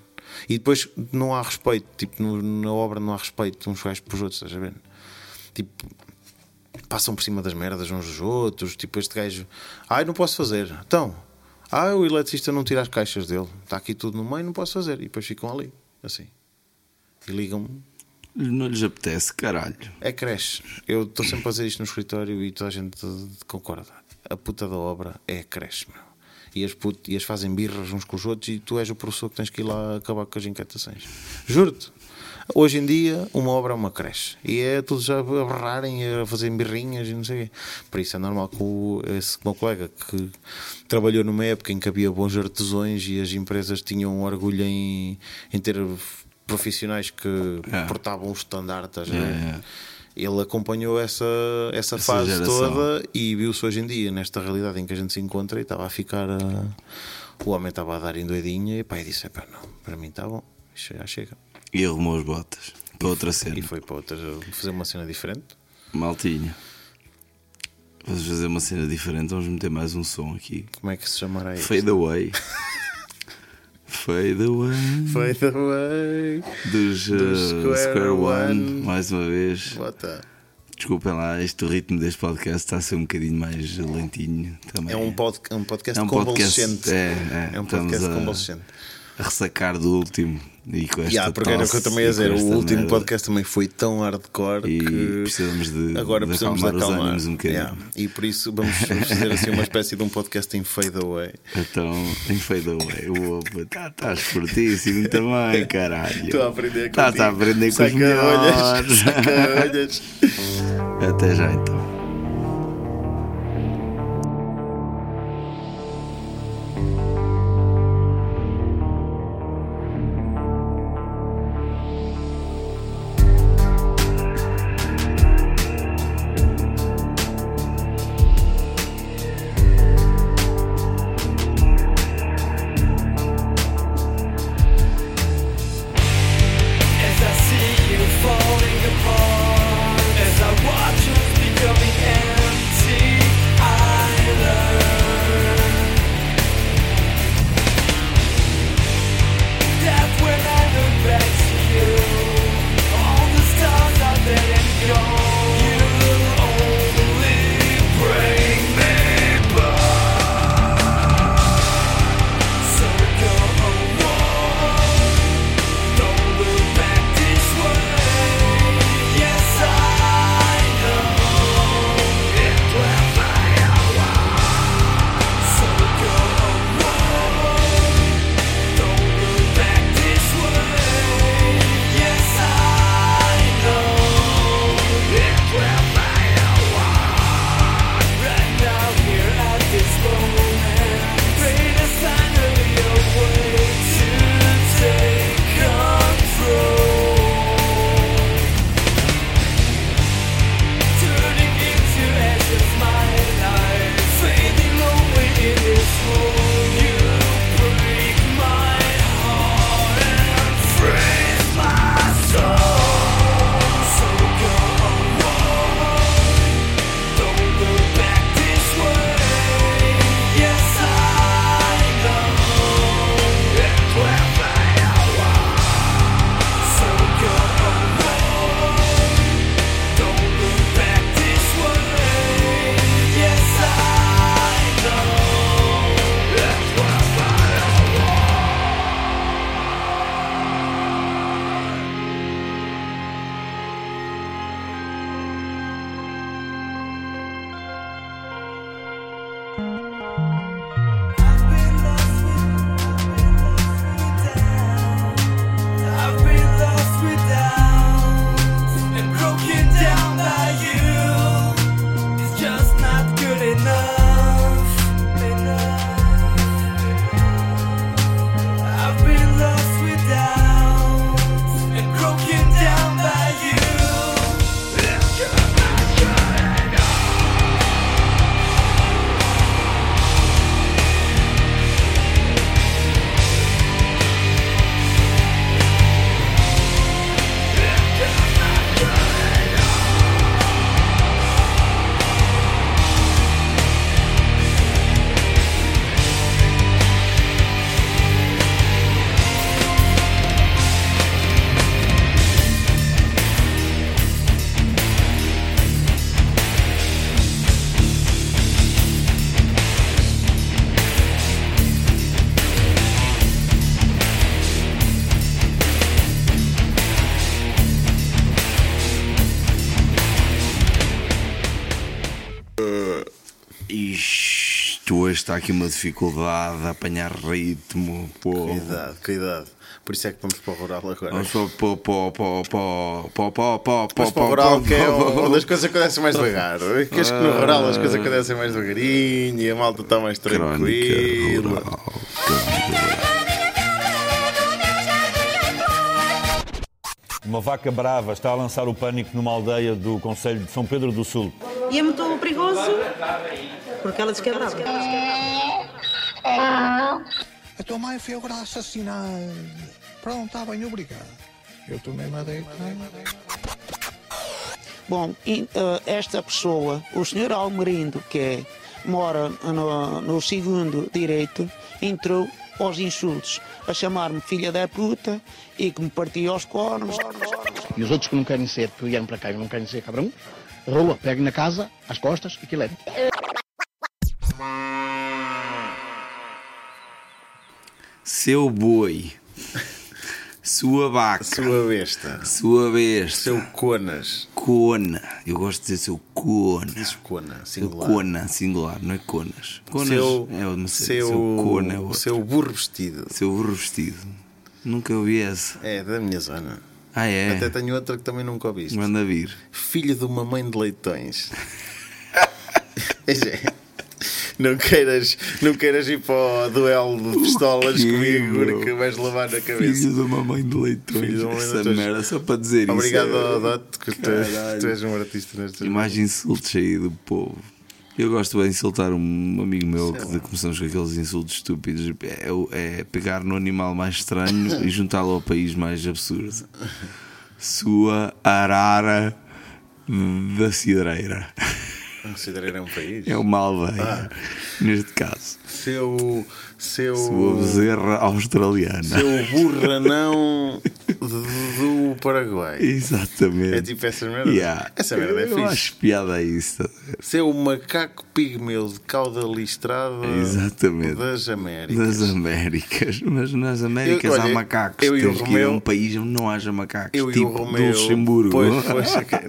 Speaker 4: E depois não há respeito, tipo, no- na obra não há respeito uns gajos para os outros, estás a ver? Tipo, passam por cima das merdas uns dos outros. Tipo, este gajo, ai, não posso fazer. Então, ah, o eletricista não tira as caixas dele, está aqui tudo no meio, não posso fazer. E depois ficam ali, assim, e ligam-me
Speaker 3: Não lhes apetece, caralho.
Speaker 4: é creche. Eu estou sempre a fazer isto no escritório e toda a gente concorda. A puta da obra é a creche, meu. E as, put- e as fazem birras uns com os outros e tu és o professor que tens que ir lá acabar com as inquietações. Juro-te. Hoje em dia, uma obra é uma creche. E é todos a berrarem, e a fazerem birrinhas e não sei o quê. Por isso é normal que o, esse meu colega que trabalhou numa época em que havia bons artesões e as empresas tinham orgulho em, em ter profissionais que
Speaker 3: É.
Speaker 4: portavam os estandartes.
Speaker 3: É,
Speaker 4: né? Ele acompanhou essa, essa, fase
Speaker 3: geração.
Speaker 4: toda e viu-se hoje em dia nesta realidade em que a gente se encontra e estava a ficar. a- O homem estava a dar em doidinha e pá, e disse: "Epá, não, para mim está bom, isto já chega.
Speaker 3: E arrumou as botas. Para outra cena.
Speaker 4: E foi para outra, fazer uma cena diferente.
Speaker 3: Maltinha. Vamos fazer uma cena diferente. Vamos meter mais um som aqui.
Speaker 4: Como é que se chamará isso?
Speaker 3: Fade away. Fade away.
Speaker 4: Foi também.
Speaker 3: Dos, uh,
Speaker 4: Square
Speaker 3: Square, One.
Speaker 4: One.
Speaker 3: Mais uma vez.
Speaker 4: Bota.
Speaker 3: Desculpem lá, este ritmo deste podcast está a ser um bocadinho mais lentinho também.
Speaker 4: É um, pod, um podcast
Speaker 3: É um podcast,
Speaker 4: convalescente.
Speaker 3: é, é.
Speaker 4: um podcast
Speaker 3: Estamos a-
Speaker 4: convalescente.
Speaker 3: A ressacar do último. E com esta
Speaker 4: Yeah, porque era o que eu
Speaker 3: tosse
Speaker 4: também ia
Speaker 3: e
Speaker 4: dizer.
Speaker 3: com
Speaker 4: O
Speaker 3: esta
Speaker 4: último
Speaker 3: merda.
Speaker 4: podcast também foi tão hardcore
Speaker 3: E
Speaker 4: que
Speaker 3: precisamos de-
Speaker 4: agora
Speaker 3: de
Speaker 4: precisamos de
Speaker 3: acalmar os
Speaker 4: acalmar.
Speaker 3: ânimos um bocadinho.
Speaker 4: Yeah. E por isso vamos vamos fazer assim uma espécie de um podcast em fade away.
Speaker 3: Então, em fade away. Opa, estás tá fortíssimo também, caralho.
Speaker 4: Estou a aprender com
Speaker 3: Estás Tá, a aprender com os melhores.
Speaker 4: Saca-olhas.
Speaker 3: Até já então.
Speaker 1: As I see you falling apart, as I watch us becoming
Speaker 3: Isto hoje está aqui uma dificuldade a apanhar ritmo, pô.
Speaker 4: Cuidado, cuidado. Por isso é que vamos para o rural agora.
Speaker 3: Vamos para pó, pó, pó, pó, pó, pó, pó,
Speaker 4: Mas para o rural que é onde as coisas acontecem mais devagar.
Speaker 3: Ah.
Speaker 4: Eu que Acho que no rural as coisas acontecem mais devagarinho e a malta está mais
Speaker 3: Crónica
Speaker 4: tranquila.
Speaker 3: rural. Crónica rural.
Speaker 5: Uma vaca brava está a lançar o pânico numa aldeia do Conselho de São Pedro do Sul.
Speaker 6: E é muito perigoso porque ela diz que é brava.
Speaker 7: A tua mãe foi agora assassinada. Pronto, está bem, obrigado. Eu tomei madeira. é?
Speaker 8: Bom, e, eh, esta pessoa, o senhor Almerindo, que é- mora no, no segundo direito, entrou aos insultos, a chamar-me filha da puta e que me partia aos cornos.
Speaker 9: E os outros que não querem ser, que vieram para cá e não querem ser cabrão, rua, pegue na casa, às costas e que leve.
Speaker 3: Seu boi, sua vaca,
Speaker 4: Sua besta.
Speaker 3: sua besta,
Speaker 4: Seu conas.
Speaker 3: cona. Eu gosto de dizer seu cona.
Speaker 4: Diz cona,
Speaker 3: Seu
Speaker 4: singular.
Speaker 3: cona, singular, não é conas. Conas
Speaker 4: Seu,
Speaker 3: é uma
Speaker 4: seu,
Speaker 3: seu cona é outro.
Speaker 4: seu burro vestido.
Speaker 3: Seu burro vestido. Nunca ouvi essa.
Speaker 4: É, da minha zona.
Speaker 3: Ah, é?
Speaker 4: Até tá- tenho outra que também nunca ouviste.
Speaker 3: Manda vir.
Speaker 4: Filho de uma mãe de leitões. Pois é. Não queiras, não queiras ir para o duelo de pistolas
Speaker 3: quê,
Speaker 4: comigo
Speaker 3: meu?
Speaker 4: porque vais levar na cabeça.
Speaker 3: Filho da mamãe de
Speaker 4: Filho
Speaker 3: leitões.
Speaker 4: de uma mãe de
Speaker 3: Essa
Speaker 4: leitões.
Speaker 3: merda, só para dizer
Speaker 4: Obrigado,
Speaker 3: isso. é-
Speaker 4: Dot, que tu,
Speaker 3: Caralho.
Speaker 4: tu és um artista nestas
Speaker 3: Mais insultos aí do povo. Eu gosto bem de insultar um amigo meu que começamos com aqueles insultos estúpidos. É, o- é pegar no animal mais estranho e juntá-lo ao país mais absurdo. Sua arara da cidreira.
Speaker 4: Considerar um país.
Speaker 3: É uma
Speaker 4: Ah.
Speaker 3: aldeia, neste caso.
Speaker 4: Seu. Seu.
Speaker 3: Sua bezerra australiana.
Speaker 4: Seu burranão do Paraguai.
Speaker 3: Exatamente.
Speaker 4: É tipo essas merdas?
Speaker 3: Yeah.
Speaker 4: Essa merda é
Speaker 3: Eu
Speaker 4: fixe.
Speaker 3: acho piada a isso. estás a ver?
Speaker 4: Seu macaco pigmeu de cauda listrada
Speaker 3: Exatamente.
Speaker 4: das Américas.
Speaker 3: Das Américas, mas nas Américas
Speaker 4: Eu- olha,
Speaker 3: há macacos.
Speaker 4: eu e o
Speaker 3: Tens que ir a um
Speaker 4: Romeu-
Speaker 3: país onde não haja macacos.
Speaker 4: Eu
Speaker 3: tipo
Speaker 4: e o Romeu.
Speaker 3: do Luxemburgo. é?
Speaker 4: Pois, pois, é ok.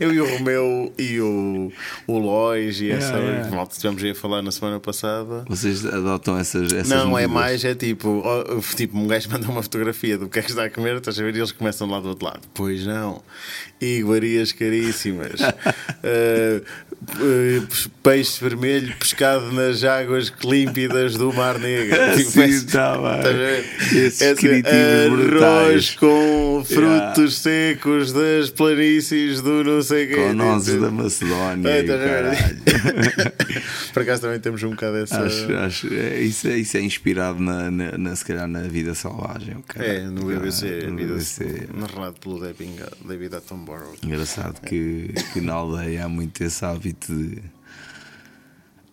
Speaker 4: Eu e o Romeu e o, o Lois e essa.
Speaker 3: Yeah, yeah.
Speaker 4: Malta, estivemos aí a falar na semana passada.
Speaker 3: Vocês adotam essas. essas
Speaker 4: Não, é
Speaker 3: medidas.
Speaker 4: mais, é tipo, ó, tipo, um gajo manda uma fotografia do que é que está a comer, estás a ver? E eles começam lá do outro lado. Pois não. Iguarias caríssimas. Ah, ah, peixe vermelho pescado nas águas límpidas do Mar Negro. Tipo,
Speaker 3: Sim,
Speaker 4: esse-
Speaker 3: tá bem.
Speaker 4: estás a ver?
Speaker 3: Esses
Speaker 4: Esse
Speaker 3: critivos
Speaker 4: Arroz
Speaker 3: brutais.
Speaker 4: com frutos
Speaker 3: Yeah.
Speaker 4: secos das planícies do não sei quê.
Speaker 3: Com nozes
Speaker 4: Tipo,
Speaker 3: da Macedónia.
Speaker 4: é,
Speaker 3: e
Speaker 4: estás a ver?
Speaker 3: caralho.
Speaker 4: Por acaso também temos um bocado essa.
Speaker 3: Acho, acho, é, isso, é, isso é inspirado na, na, na- se calhar na vida selvagem. o caralho.
Speaker 4: É, no BBC,
Speaker 3: Ah, No
Speaker 4: vida
Speaker 3: BBC.
Speaker 4: narrado pelo David, David Attenborough.
Speaker 3: Engraçado que, que na aldeia há muito esse hábito de.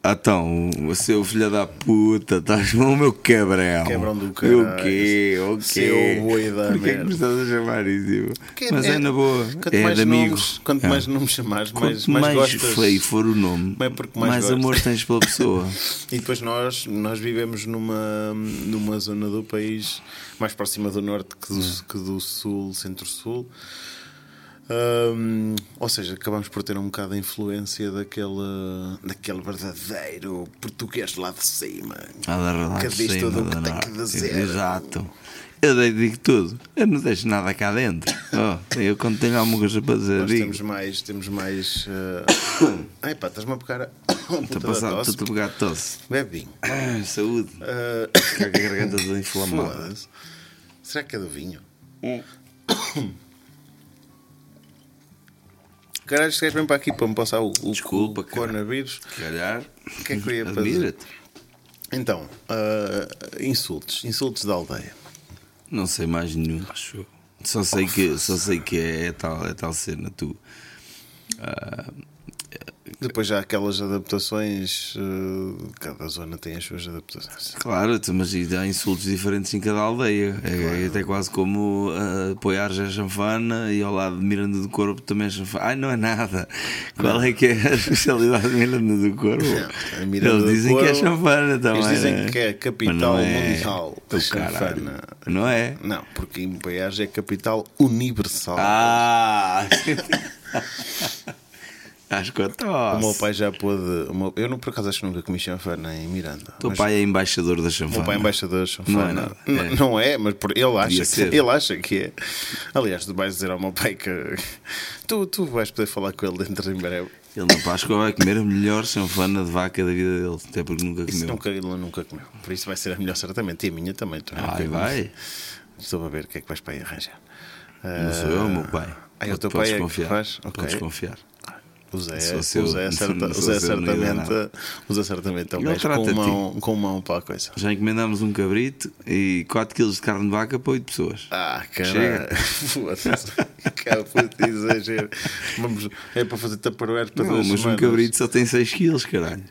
Speaker 3: Ah, então, o seu filho da puta, estás com o meu quebrão.
Speaker 4: Quebrão do
Speaker 3: cara.
Speaker 4: caralho.
Speaker 3: O quê? O quê?
Speaker 4: Seu boi da
Speaker 3: Porquê que
Speaker 4: merda.
Speaker 3: me estás a chamar isso? Eu-
Speaker 4: Que
Speaker 3: Mas é, na boa.
Speaker 4: Quanto
Speaker 3: É
Speaker 4: mais
Speaker 3: de
Speaker 4: Nomes,
Speaker 3: amigos.
Speaker 4: quanto
Speaker 3: É.
Speaker 4: mais nomes chamares,
Speaker 3: Quanto
Speaker 4: mais, mais,
Speaker 3: mais,
Speaker 4: gostas.
Speaker 3: feio for o nome,
Speaker 4: Mas é porque mais gostas.
Speaker 3: amor tens pela pessoa.
Speaker 4: E depois nós, nós vivemos numa, numa zona do país mais próxima do norte que do, que do sul, centro-sul. Hum, ou seja, acabamos por ter um bocado a influência daquele, daquele verdadeiro português lá de cima.
Speaker 3: Ah, da lá
Speaker 4: que
Speaker 3: de
Speaker 4: diz
Speaker 3: cima,
Speaker 4: tudo o que
Speaker 3: da
Speaker 4: tem
Speaker 3: norte.
Speaker 4: que dizer.
Speaker 3: Exato. Eu dei- digo tudo. Eu não deixo nada cá dentro. Oh, eu quando tenho alguma coisa para dizer,
Speaker 4: Nós
Speaker 3: digo.
Speaker 4: temos mais. Temos mais Ai pá, estás-me a pegar a
Speaker 3: Está
Speaker 4: puta da
Speaker 3: passado,
Speaker 4: tosse.
Speaker 3: estou a pegar tosse.
Speaker 4: Bebe vinho.
Speaker 3: Ai, Saúde.
Speaker 4: Ah,
Speaker 3: Fica com a garganta toda inflamada.
Speaker 4: foda-se. Será que é do vinho?
Speaker 3: Hum.
Speaker 4: Caralho, se mesmo para aqui para me passar o, o,
Speaker 3: Desculpa,
Speaker 4: o
Speaker 3: cara.
Speaker 4: coronavírus.
Speaker 3: Se calhar.
Speaker 4: O que é que eu ia fazer?
Speaker 3: Admira-te.
Speaker 4: Então, ah, insultos. Insultos da aldeia.
Speaker 3: Não sei mais nenhum, acho eu. Só
Speaker 4: Oh,
Speaker 3: sei que, só sei que é, é tal, é tal cena. Tu.
Speaker 4: Depois já há aquelas adaptações. ah, cada zona tem as suas adaptações.
Speaker 3: Claro, tu- mas e há insultos diferentes em cada aldeia. É, é até quase como ah, apoiares a chanfana e ao lado de Miranda do Corpo também é chanfana. Ai, não é nada. Qual é que é a especialidade de Miranda do Corpo?
Speaker 4: Não, a Miranda
Speaker 3: Eles
Speaker 4: do
Speaker 3: dizem que é
Speaker 4: Corpo,
Speaker 3: chanfana também.
Speaker 4: Eles dizem
Speaker 3: né?
Speaker 4: que é a
Speaker 3: Mas não
Speaker 4: capital
Speaker 3: é
Speaker 4: mundial da
Speaker 3: o caralho.
Speaker 4: chanfana.
Speaker 3: Não é?
Speaker 4: Não, porque em Paiás é a capital universal.
Speaker 3: Ah! Às quatro
Speaker 4: O meu pai já pôde. o meu- eu não por acaso acho que nunca comi chanfana em Miranda.
Speaker 3: O teu
Speaker 4: mas
Speaker 3: pai é embaixador da
Speaker 4: o
Speaker 3: chanfana.
Speaker 4: meu pai é embaixador de
Speaker 3: Não
Speaker 4: chanfana.
Speaker 3: é nada.
Speaker 4: N-
Speaker 3: É.
Speaker 4: não é, mas por, ele, acha que,
Speaker 3: ser.
Speaker 4: ele acha que é. Aliás, tu vais dizer ao meu pai que tu, tu vais poder falar com ele dentro de breve.
Speaker 3: Ele na Páscoa vai comer a melhor chanfana de vaca da vida dele, até porque nunca
Speaker 4: Isso
Speaker 3: comeu.
Speaker 4: nunca, ele nunca comeu. Por isso vai ser a melhor certamente. E a minha também. tu nunca
Speaker 3: Vai,
Speaker 4: comes.
Speaker 3: vai.
Speaker 4: Estou a ver o que é que vais para aí arranjar.
Speaker 3: Não sou eu, meu pai.
Speaker 4: Ah, é o teu
Speaker 3: Podes
Speaker 4: pai é que
Speaker 3: confiar.
Speaker 4: faz? Ok.
Speaker 3: Podes confiar.
Speaker 4: O Zé, é-
Speaker 3: Se
Speaker 4: o
Speaker 3: fosse eu,
Speaker 4: Zé,
Speaker 3: não
Speaker 4: certa- o
Speaker 3: fosse
Speaker 4: Zé
Speaker 3: eu, não ia dar
Speaker 4: certamente,
Speaker 3: nada.
Speaker 4: o Zé certamente é um
Speaker 3: Ele
Speaker 4: gajo com
Speaker 3: trata-te.
Speaker 4: mão, com mão para a coisa.
Speaker 3: Já encomendámos um cabrito e 4 kg de carne de vaca para 8 pessoas.
Speaker 4: Ah,
Speaker 3: Chega.
Speaker 4: caralho. Foda-se. Cara, puto, exagero. Vamos, é para fazer taparoeiros para
Speaker 3: Não,
Speaker 4: duas
Speaker 3: mas um
Speaker 4: semanas.
Speaker 3: cabrito só tem 6 kg, caralho.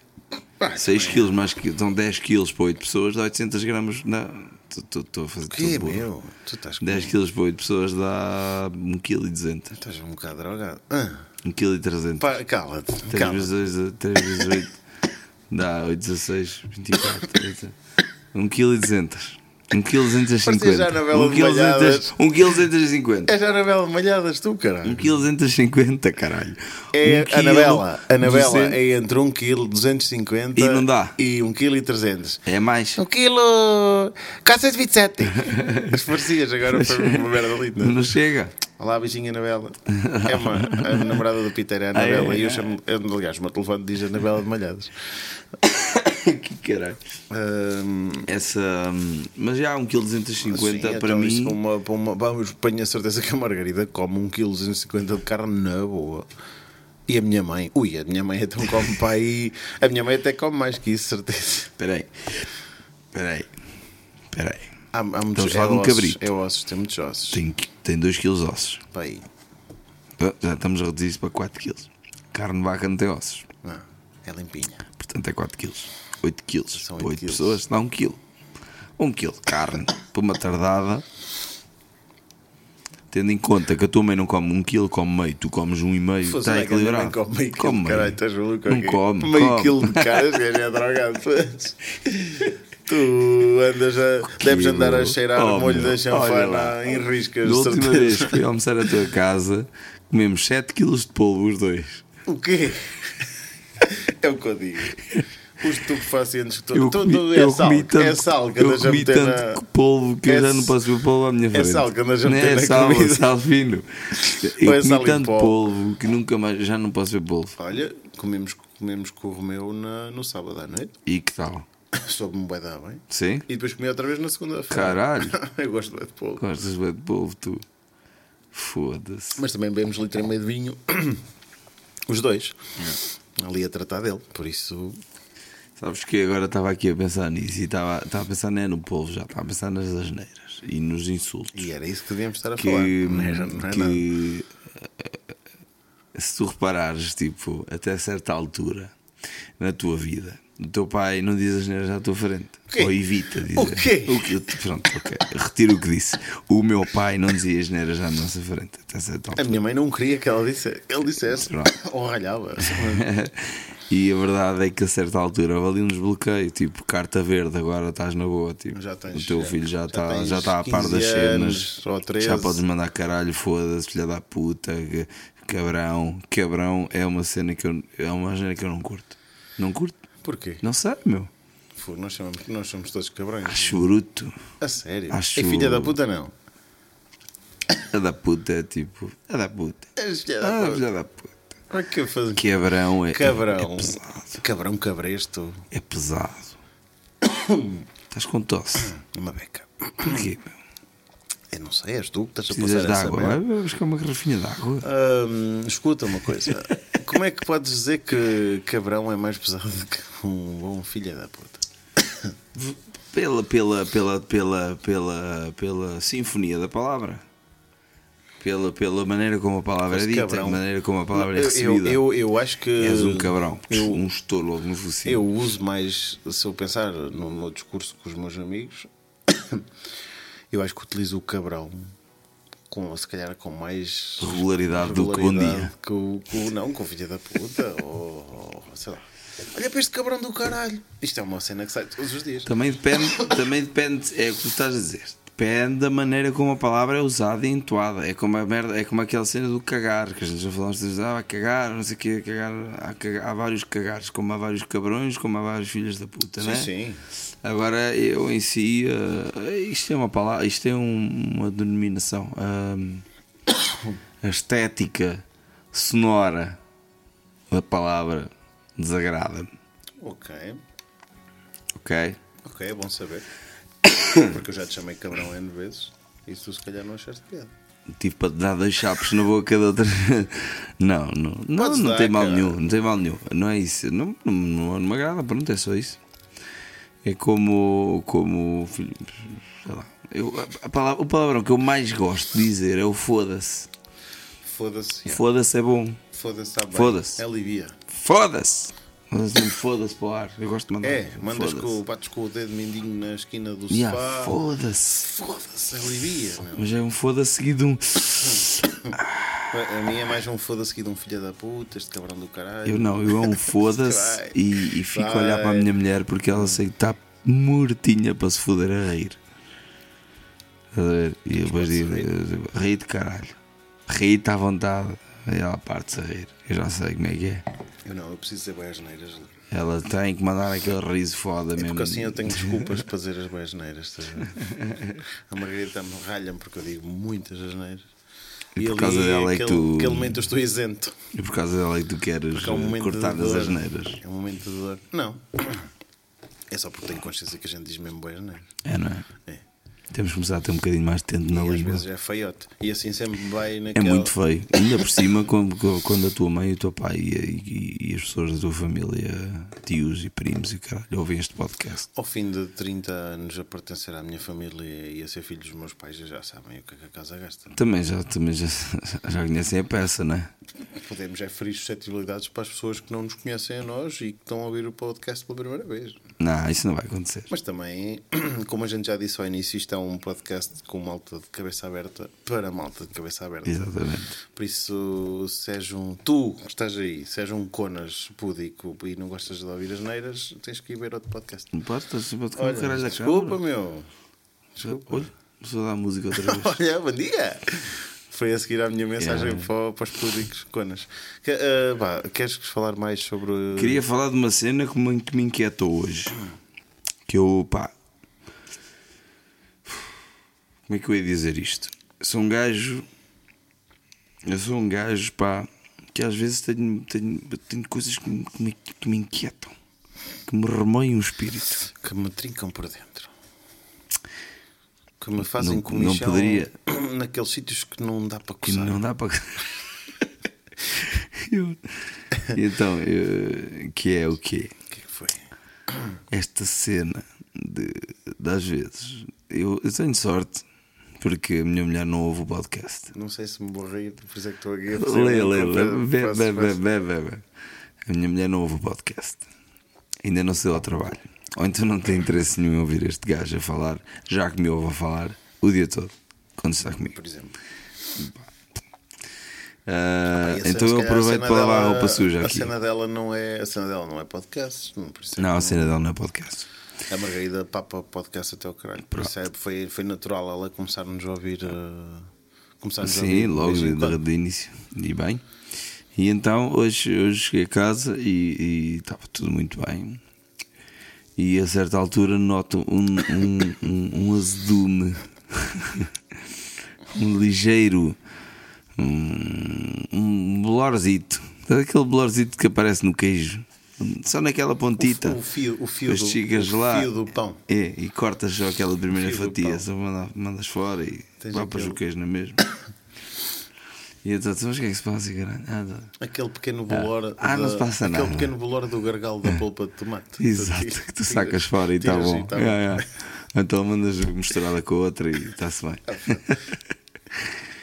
Speaker 3: 6 kg mais que dão 10 kg para 8 pessoas, dá 800 gramas. Não, estou a fazer
Speaker 4: Que é
Speaker 3: tudo burro.
Speaker 4: meu? Tu estás, com-
Speaker 3: 10 kg para 8 pessoas dá 1,2
Speaker 4: estás um bocado drogado. Ah,
Speaker 3: 1,3 kg.
Speaker 4: pá, cala-te.
Speaker 3: 3
Speaker 4: Cala.
Speaker 3: vezes 2, 3 vezes 8 dá 8, 16, 24, 1,2 kg. 1,250
Speaker 4: Parecia já a novela de Malhadas.
Speaker 3: 1,250
Speaker 4: És a Anabela Malhadas, tu, caralho.
Speaker 3: 1,250 caralho. Um
Speaker 4: É a
Speaker 3: quilo,
Speaker 4: Anabela. A Anabela
Speaker 3: 200.
Speaker 4: é entre 1 kg 250
Speaker 3: E não dá.
Speaker 4: e 1 kg 300.
Speaker 3: É mais.
Speaker 4: 1 kg 427. As parecias agora
Speaker 3: Mas-
Speaker 4: para uma merda é? linda.
Speaker 3: Não chega.
Speaker 4: Olá, beijinho Anabela. É uma, a namorada do Peter é a Anabela.
Speaker 3: Ah, é,
Speaker 4: e eu
Speaker 3: é.
Speaker 4: chamo. Eu, aliás, o meu telefone diz Anabela de Malhadas.
Speaker 3: que caralho.
Speaker 4: Ahm,
Speaker 3: Essa. hum, Mas já 1,250
Speaker 4: sim,
Speaker 3: kg para
Speaker 4: então isso
Speaker 3: mim.
Speaker 4: para uma- para uma- vamos, tenho a certeza que a Margarida come 1,250 kg de carne na boa. E a minha mãe? Ui, a minha mãe então come para aí. A minha mãe até come mais que isso, certeza.
Speaker 3: Espera aí. Espera aí. Espera aí.
Speaker 4: Há, há muitos
Speaker 3: a falar de um
Speaker 4: ossos,
Speaker 3: cabrito.
Speaker 4: É ossos, tem muitos ossos.
Speaker 3: Tem, tem 2 kg ossos.
Speaker 4: Para aí.
Speaker 3: Ah, Já estamos a reduzir isso para 4 kg. Carne de vaca não tem ossos.
Speaker 4: Não, é limpinha.
Speaker 3: Portanto, é 4 quilos. 8 quilos.
Speaker 4: São
Speaker 3: Para
Speaker 4: oito
Speaker 3: 8
Speaker 4: quilos.
Speaker 3: pessoas dá 1 quilo. 1 quilo de carne para uma tardada. Tendo em conta que a tua mãe não come 1 quilo, come meio. Tu comes 1,5.
Speaker 4: Fosse
Speaker 3: Está
Speaker 4: lá que a minha
Speaker 3: tá equilibrado.
Speaker 4: mãe Come meio quilo, então,
Speaker 3: Come
Speaker 4: caralho,
Speaker 3: meio.
Speaker 4: estás maluco?
Speaker 3: Não
Speaker 4: ok?
Speaker 3: come.
Speaker 4: Meio
Speaker 3: come.
Speaker 4: quilo de cara, esse gajo é drogado. pois. tu andas a. Deves
Speaker 3: Quilo.
Speaker 4: andar a cheirar
Speaker 3: Oh,
Speaker 4: o molho
Speaker 3: meu,
Speaker 4: da
Speaker 3: olha lá.
Speaker 4: chanfana em riscas,
Speaker 3: Da última vez
Speaker 4: certeza.
Speaker 3: que fui almoçar à tua casa, comemos 7 quilos de polvo os dois.
Speaker 4: O quê? É o que eu digo. Os estupefacientes que tu.
Speaker 3: Eu
Speaker 4: tu-
Speaker 3: comi,
Speaker 4: tu-
Speaker 3: eu
Speaker 4: é sal,
Speaker 3: comi tanto,
Speaker 4: é sal que
Speaker 3: eu
Speaker 4: andas a
Speaker 3: comi
Speaker 4: meter
Speaker 3: tanto
Speaker 4: na.
Speaker 3: polvo que
Speaker 4: É
Speaker 3: eu já não
Speaker 4: s-
Speaker 3: posso ver polvo à minha frente.
Speaker 4: sal que andas a
Speaker 3: Não
Speaker 4: meter
Speaker 3: é
Speaker 4: na
Speaker 3: sal, é
Speaker 4: comida.
Speaker 3: sal fino. Eu
Speaker 4: Ou é
Speaker 3: comi
Speaker 4: sal em
Speaker 3: tanto
Speaker 4: pó.
Speaker 3: polvo que nunca mais, já não posso ver polvo.
Speaker 4: Olha, comemos, comemos com o Romeu na- no sábado à noite.
Speaker 3: E que tal?
Speaker 4: Soube-me bem dar bem.
Speaker 3: Sim?
Speaker 4: E depois comi outra vez na segunda-feira.
Speaker 3: Caralho.
Speaker 4: eu gosto bem de polvo.
Speaker 3: Gostas bem de polvo, tu? Foda-se.
Speaker 4: Mas também bebemos litro e meio de vinho, os dois.
Speaker 3: É.
Speaker 4: Ali a tratar dele, por isso.
Speaker 3: Sabes que agora estava aqui a pensar nisso e estava, estava a pensar não é no polvo, já estava a pensar nas asneiras e nos insultos.
Speaker 4: E era isso que devíamos estar a
Speaker 3: que,
Speaker 4: falar. Não era, não é era nada.
Speaker 3: que, se tu reparares, tipo, até certa altura na tua vida, o teu pai não diz as neiras à tua frente.
Speaker 4: quê?
Speaker 3: Ou evita dizer.
Speaker 4: O quê?
Speaker 3: O que, pronto, ok. Retiro o que disse. O meu pai não dizia as neiras à nossa frente. Até certa
Speaker 4: A
Speaker 3: altura.
Speaker 4: minha mãe não queria que ela disse, que ele dissesse.
Speaker 3: Pronto.
Speaker 4: Ou ralhava.
Speaker 3: e a verdade é que a certa altura houve ali um desbloqueio, tipo, carta verde, agora estás na boa, tipo,
Speaker 4: Já tens-
Speaker 3: o teu
Speaker 4: já-
Speaker 3: filho já
Speaker 4: já
Speaker 3: está
Speaker 4: tens
Speaker 3: já está a par das
Speaker 4: 15 anos,
Speaker 3: cenas,
Speaker 4: ou 13.
Speaker 3: já podes mandar caralho, foda-se, filha da puta, que- cabrão, cabrão é uma cena que eu, é uma cena que eu não curto, não curto,
Speaker 4: Porquê?
Speaker 3: não sei, meu,
Speaker 4: Pô, nós, chamamos, nós somos todos cabrões.
Speaker 3: acho bruto,
Speaker 4: A sério.
Speaker 3: acho-
Speaker 4: É filha da puta, não.
Speaker 3: a da puta é tipo, a da puta,
Speaker 4: És É filha da
Speaker 3: a
Speaker 4: puta.
Speaker 3: filha da puta,
Speaker 4: Como é que eu faço?
Speaker 3: cabrão Ah, é, é-
Speaker 4: Cabrão.
Speaker 3: é pesado,
Speaker 4: Cabrão cabresto.
Speaker 3: é pesado, estás com tosse,
Speaker 4: Uma beca.
Speaker 3: porquê, meu?
Speaker 4: Eu não sei, és tu que estás a
Speaker 3: Precisas
Speaker 4: passar
Speaker 3: de
Speaker 4: essa
Speaker 3: água? é?
Speaker 4: merda.
Speaker 3: Vai buscar uma garrafinha de água.
Speaker 4: Hum, escuta uma coisa. Como é que podes dizer que cabrão é mais pesado que um bom filho da puta?
Speaker 3: Pela, pela, pela, pela, pela, pela sinfonia da palavra. Pela, pela maneira como a palavra é
Speaker 4: Mas
Speaker 3: dita,
Speaker 4: cabrão-
Speaker 3: a maneira como a palavra é
Speaker 4: Eu-
Speaker 3: recebida.
Speaker 4: Eu, eu, eu acho que.
Speaker 3: És um cabrão.
Speaker 4: Eu-
Speaker 3: um estouro logo no focinho.
Speaker 4: Eu uso mais, se eu pensar no meu discurso com os meus amigos, eu acho que utilizo o cabrão com, se calhar com mais
Speaker 3: Regularidade do que bom dia.
Speaker 4: regularidade que o- que o- não, com o filho da puta, ou, ou sei lá. Olha para este cabrão do caralho. Isto é uma cena que sai todos os dias.
Speaker 3: Também depende, também depende, é o que tu estás a dizer. Depende da maneira como a palavra é usada e entoada. É como, a merda, é como aquela cena do cagar, que a gente já falamos, diz, ah, vai cagar, não sei o quê, cagar, há, caga- há vários cagares, como há vários cabrões, como há vários filhos da puta, né?
Speaker 4: sim.
Speaker 3: Agora, eu em si, eh, isto é uma palavra, isto é um- uma denominação. ahm, a estética sonora da palavra desagrada-me,
Speaker 4: Ok,
Speaker 3: ok?
Speaker 4: ok, é bom saber. Porque eu já te chamei cabrão N vezes e se tu se calhar não achaste piada.
Speaker 3: Tive para te dar dois chapos na boca da outra. Não, não, não,
Speaker 4: Podes
Speaker 3: não
Speaker 4: dar,
Speaker 3: tem mal
Speaker 4: cara.
Speaker 3: nenhum, não tem mal nenhum. Não é isso, não, não, não, não me agrada, pronto, é só isso. É como. como filho- sei lá. Eu, a, a palavra, o palavrão que eu mais gosto de dizer é o foda-se.
Speaker 4: Foda-se. yeah.
Speaker 3: Foda-se é bom.
Speaker 4: Foda-se à bem.
Speaker 3: Foda-se.
Speaker 4: É alivia.
Speaker 3: Foda-se! Mas assim, foda-se para o ar. Eu gosto de mandar.
Speaker 4: É, mandas
Speaker 3: Foda-se.
Speaker 4: com, bates com o dedo mindinho na esquina do
Speaker 3: Ya,
Speaker 4: sofá.
Speaker 3: foda-se.
Speaker 4: Foda-se, alivia. meu.
Speaker 3: Mas é um foda-se seguido de um.
Speaker 4: A minha é mais um foda-se que de um filho da puta, este cabrão do caralho.
Speaker 3: Eu não, eu é um foda-se
Speaker 4: Vai.
Speaker 3: e, e fico a olhar para a
Speaker 4: Vai.
Speaker 3: minha mulher porque ela sei que está mortinha para se foder a rir. Estás a ver? E eu depois digo, ri de caralho. Ri-te à vontade. Aí ela parte-se a rir. Eu já sei como é que é.
Speaker 4: Eu não, eu preciso dizer bem as neiras. É
Speaker 3: Ela tem que mandar aquele riso foda mesmo.
Speaker 4: porque assim eu tenho desculpas para dizer as boas neiras. estás a ver? A Margarida me ralha porque eu digo muitas asneiras.
Speaker 3: E por causa dela é que
Speaker 4: aquele,
Speaker 3: tu-
Speaker 4: aquele momento eu estou isento.
Speaker 3: E por causa dela é que tu queres
Speaker 4: Porque é um
Speaker 3: eh,
Speaker 4: momento
Speaker 3: cortar
Speaker 4: de
Speaker 3: as
Speaker 4: dor.
Speaker 3: asneiras.
Speaker 4: É um momento de dor. Não. É só porque tenho consciência que a gente diz mesmo boas neiras.
Speaker 3: É, não é?
Speaker 4: É.
Speaker 3: Temos que começar a ter um bocadinho mais de tempo na
Speaker 4: E às
Speaker 3: língua.
Speaker 4: vezes é feiote. E assim sempre vai
Speaker 3: É
Speaker 4: naquela.
Speaker 3: muito feio. Ainda por cima, quando, quando a tua mãe e o teu pai e, e- e as pessoas da tua família, tios e primos e caralho, ouvem este podcast.
Speaker 4: Ao fim de 30 anos a pertencer à minha família e a ser filho dos meus pais, já sabem o que é que a casa gasta.
Speaker 3: Também já, também já, já conhecem a peça, né?
Speaker 4: Podemos é ferir suscetibilidades para as pessoas que não nos conhecem a nós e que estão a ouvir o podcast pela primeira vez.
Speaker 3: Não, isso não vai acontecer.
Speaker 4: Mas também, como a gente já disse ao início, isto é um podcast com malta de cabeça aberta para malta de cabeça aberta.
Speaker 3: Exatamente.
Speaker 4: Por isso, se és um tu, que estás aí, se és um conas púdico e não gostas de ouvir as neiras, tens que ir ver outro podcast.
Speaker 3: Não posso, estás sempre a tocar o
Speaker 4: Olha,
Speaker 3: caralho da
Speaker 4: desculpa,
Speaker 3: câmara.
Speaker 4: meu.
Speaker 3: Olha, começou a dar música outra vez.
Speaker 4: Olha, bom dia! Foi a seguir à minha mensagem
Speaker 3: Yeah.
Speaker 4: para, para os públicos conas. Que- eh, vá, queres falar mais sobre.
Speaker 3: Queria falar de uma cena que muito me inquieta hoje. Que eu, pá. Como é que eu ia dizer isto? Eu sou um gajo. Eu sou um gajo, pá. Que às vezes tenho, tenho, tenho coisas que me, que me- que me inquietam. Que me remoem o espírito.
Speaker 4: que me trincam por dentro. Que me fazem
Speaker 3: Não-
Speaker 4: comichão
Speaker 3: não poderia.
Speaker 4: naqueles sítios que não dá para
Speaker 3: Que
Speaker 4: coçar.
Speaker 3: não dá para. Eu- Então, eu- que é o quê?
Speaker 4: O que é que foi?
Speaker 3: esta cena de, das vezes. Eu, eu tenho sorte porque a minha mulher não ouve o podcast.
Speaker 4: Não sei se me vou rir, por isso é que estou aqui a fazer
Speaker 3: Lê,
Speaker 4: um
Speaker 3: lê, lê,
Speaker 4: completo-
Speaker 3: bebe,
Speaker 4: faço-
Speaker 3: bebe,
Speaker 4: faço-
Speaker 3: bebe, bebe. A minha mulher não ouve o podcast. Ainda não saiu ao trabalho. Ou então não tem interesse nenhum em ouvir este gajo a falar, já que me ouve a falar o dia todo, quando está comigo.
Speaker 4: Por exemplo.
Speaker 3: Ah,
Speaker 4: E a
Speaker 3: então
Speaker 4: cena- se
Speaker 3: eu
Speaker 4: calhar a
Speaker 3: aproveito
Speaker 4: cena
Speaker 3: para lavar a
Speaker 4: dela-
Speaker 3: roupa suja
Speaker 4: a
Speaker 3: aqui.
Speaker 4: Cena dela não é, a cena dela não é podcast. Não, por isso é
Speaker 3: Não,
Speaker 4: que é
Speaker 3: a cena dela não é podcast.
Speaker 4: A Margarida papa podcast até o caralho. Por isso é, foi, foi natural ela começar-nos a ouvir. eh, começar-nos a ouvir
Speaker 3: Sim,
Speaker 4: de
Speaker 3: logo
Speaker 4: vez em
Speaker 3: de,
Speaker 4: quando.
Speaker 3: de início. E bem. E então hoje, hoje cheguei a casa e e estava tudo muito bem. E a certa altura noto um, um, um, um azedume, um ligeiro, um, um bolorzito. Aquele bolorzito que aparece no queijo, só naquela pontita.
Speaker 4: O fio, o fio,
Speaker 3: Depois
Speaker 4: do,
Speaker 3: chegas
Speaker 4: o
Speaker 3: lá
Speaker 4: fio do pão.
Speaker 3: É, e cortas só aquela primeira
Speaker 4: Fio do
Speaker 3: fatia,
Speaker 4: pão.
Speaker 3: só manda- mandas fora e
Speaker 4: Tens
Speaker 3: vá para
Speaker 4: aquele-
Speaker 3: o queijo, não é mesmo? E eu estou mas o que é que se passa, caralho? Ah, tá.
Speaker 4: Aquele pequeno bolor.
Speaker 3: Ah, não se passa
Speaker 4: aquele
Speaker 3: nada.
Speaker 4: pequeno bolor do gargalo da polpa de tomate.
Speaker 3: Exato, que tu sacas fora e está
Speaker 4: Tiras
Speaker 3: bom. É.
Speaker 4: tá
Speaker 3: Yeah, yeah. Então mandas misturada com a outra e está-se
Speaker 4: Tá
Speaker 3: bem.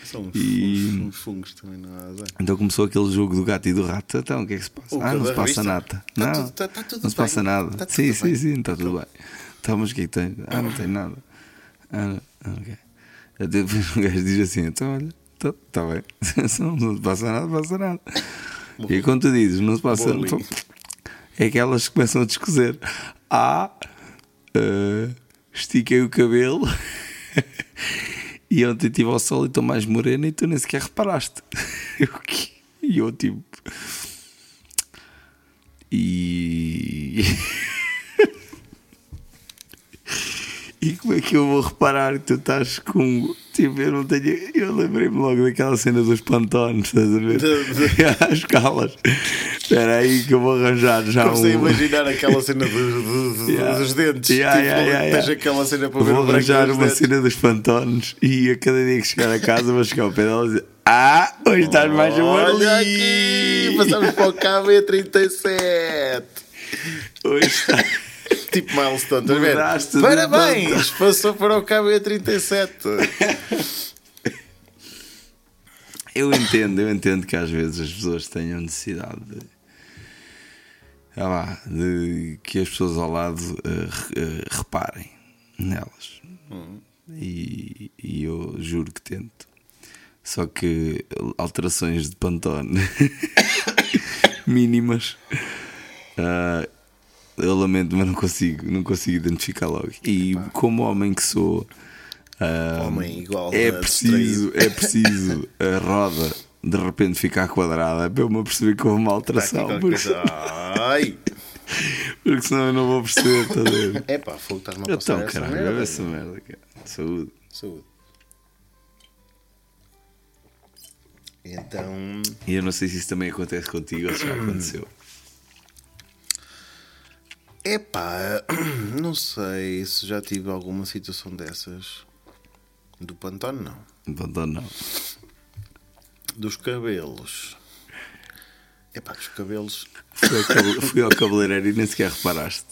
Speaker 4: São uns,
Speaker 3: E-
Speaker 4: uns- uns fungos também, não há azar.
Speaker 3: Então começou aquele jogo do gato e do rato. Então o que é que se passa?
Speaker 4: O
Speaker 3: ah, não se
Speaker 4: da
Speaker 3: passa
Speaker 4: revista?
Speaker 3: nada.
Speaker 4: Tá
Speaker 3: não,
Speaker 4: tudo- tá- tá tudo
Speaker 3: não se
Speaker 4: bem.
Speaker 3: passa nada.
Speaker 4: Tá tudo
Speaker 3: sim,
Speaker 4: bem.
Speaker 3: sim, sim, está tudo bem. Então, mas o que é que tens? Ah, não tem nada. Ah, não. ah, ok. Até depois o gajo diz assim: então olha, está tá bem. Se não, não se passa nada, não passa nada. E quando tu dizes, não se passa
Speaker 4: Boa
Speaker 3: nada,
Speaker 4: ali.
Speaker 3: é que elas começam a descozer. Ah, ah, estiquei o cabelo. E ontem estive ao sol e estou mais moreno e tu nem sequer reparaste. Eu que- E eu tipo. E. E como é que eu vou reparar que tu estás com. Tipo, eu não tenho. Eu lembrei-me logo daquela cena dos pantones, estás a ver? As calas. Espera aí que eu vou arranjar já um.
Speaker 4: Comecei a imaginar aquela cena dos, dos-
Speaker 3: Yeah.
Speaker 4: dos dentes.
Speaker 3: Yeah,
Speaker 4: tipo,
Speaker 3: yeah, yeah,
Speaker 4: tens
Speaker 3: yeah.
Speaker 4: aquela cena para ver
Speaker 3: Vou
Speaker 4: o branco
Speaker 3: arranjar
Speaker 4: dos
Speaker 3: uma
Speaker 4: dentes.
Speaker 3: cena dos pantones e a cada dia que chegar a casa vou chegar ao pé dela e dizer Ah, hoje estás mais
Speaker 4: Olha
Speaker 3: amarelinho!
Speaker 4: aqui, passamos para o é KB37.
Speaker 3: Hoje estás...
Speaker 4: Tipo milestone, estás a ver?
Speaker 3: Mudaste de
Speaker 4: Parabéns, passou para o é KB37.
Speaker 3: Eu entendo, eu entendo que às vezes as pessoas tenham necessidade de, ah lá, de que as pessoas ao lado eh, re- eh, reparem nelas. E, e eu juro que tento. Só que alterações de pantone mínimas. ah, eu lamento, mas não consigo, não consigo identificar logo. E como homem que sou, ah,
Speaker 4: Homem igual
Speaker 3: é
Speaker 4: a
Speaker 3: preciso, é preciso a roda de repente ficar quadrada para eu me aperceber que houve uma alteração,
Speaker 4: Está Tá aqui qualquer
Speaker 3: porque,
Speaker 4: coisa. Ai,
Speaker 3: porque senão eu não vou perceber. Estás a ver?
Speaker 4: é pá, fogo, estás-me a passar
Speaker 3: Então,
Speaker 4: essa
Speaker 3: caralho,
Speaker 4: merda.
Speaker 3: olha essa merda, cara. Saúde.
Speaker 4: Saúde. Então,
Speaker 3: E eu não sei se isso também acontece contigo ou se já aconteceu.
Speaker 4: epá, não sei se já tive alguma situação dessas. Do pantone, não.
Speaker 3: Abandono não.
Speaker 4: Dos cabelos. Epá, dos cabelos.
Speaker 3: Fui ao, cabele- fui ao cabeleireiro e nem sequer reparaste.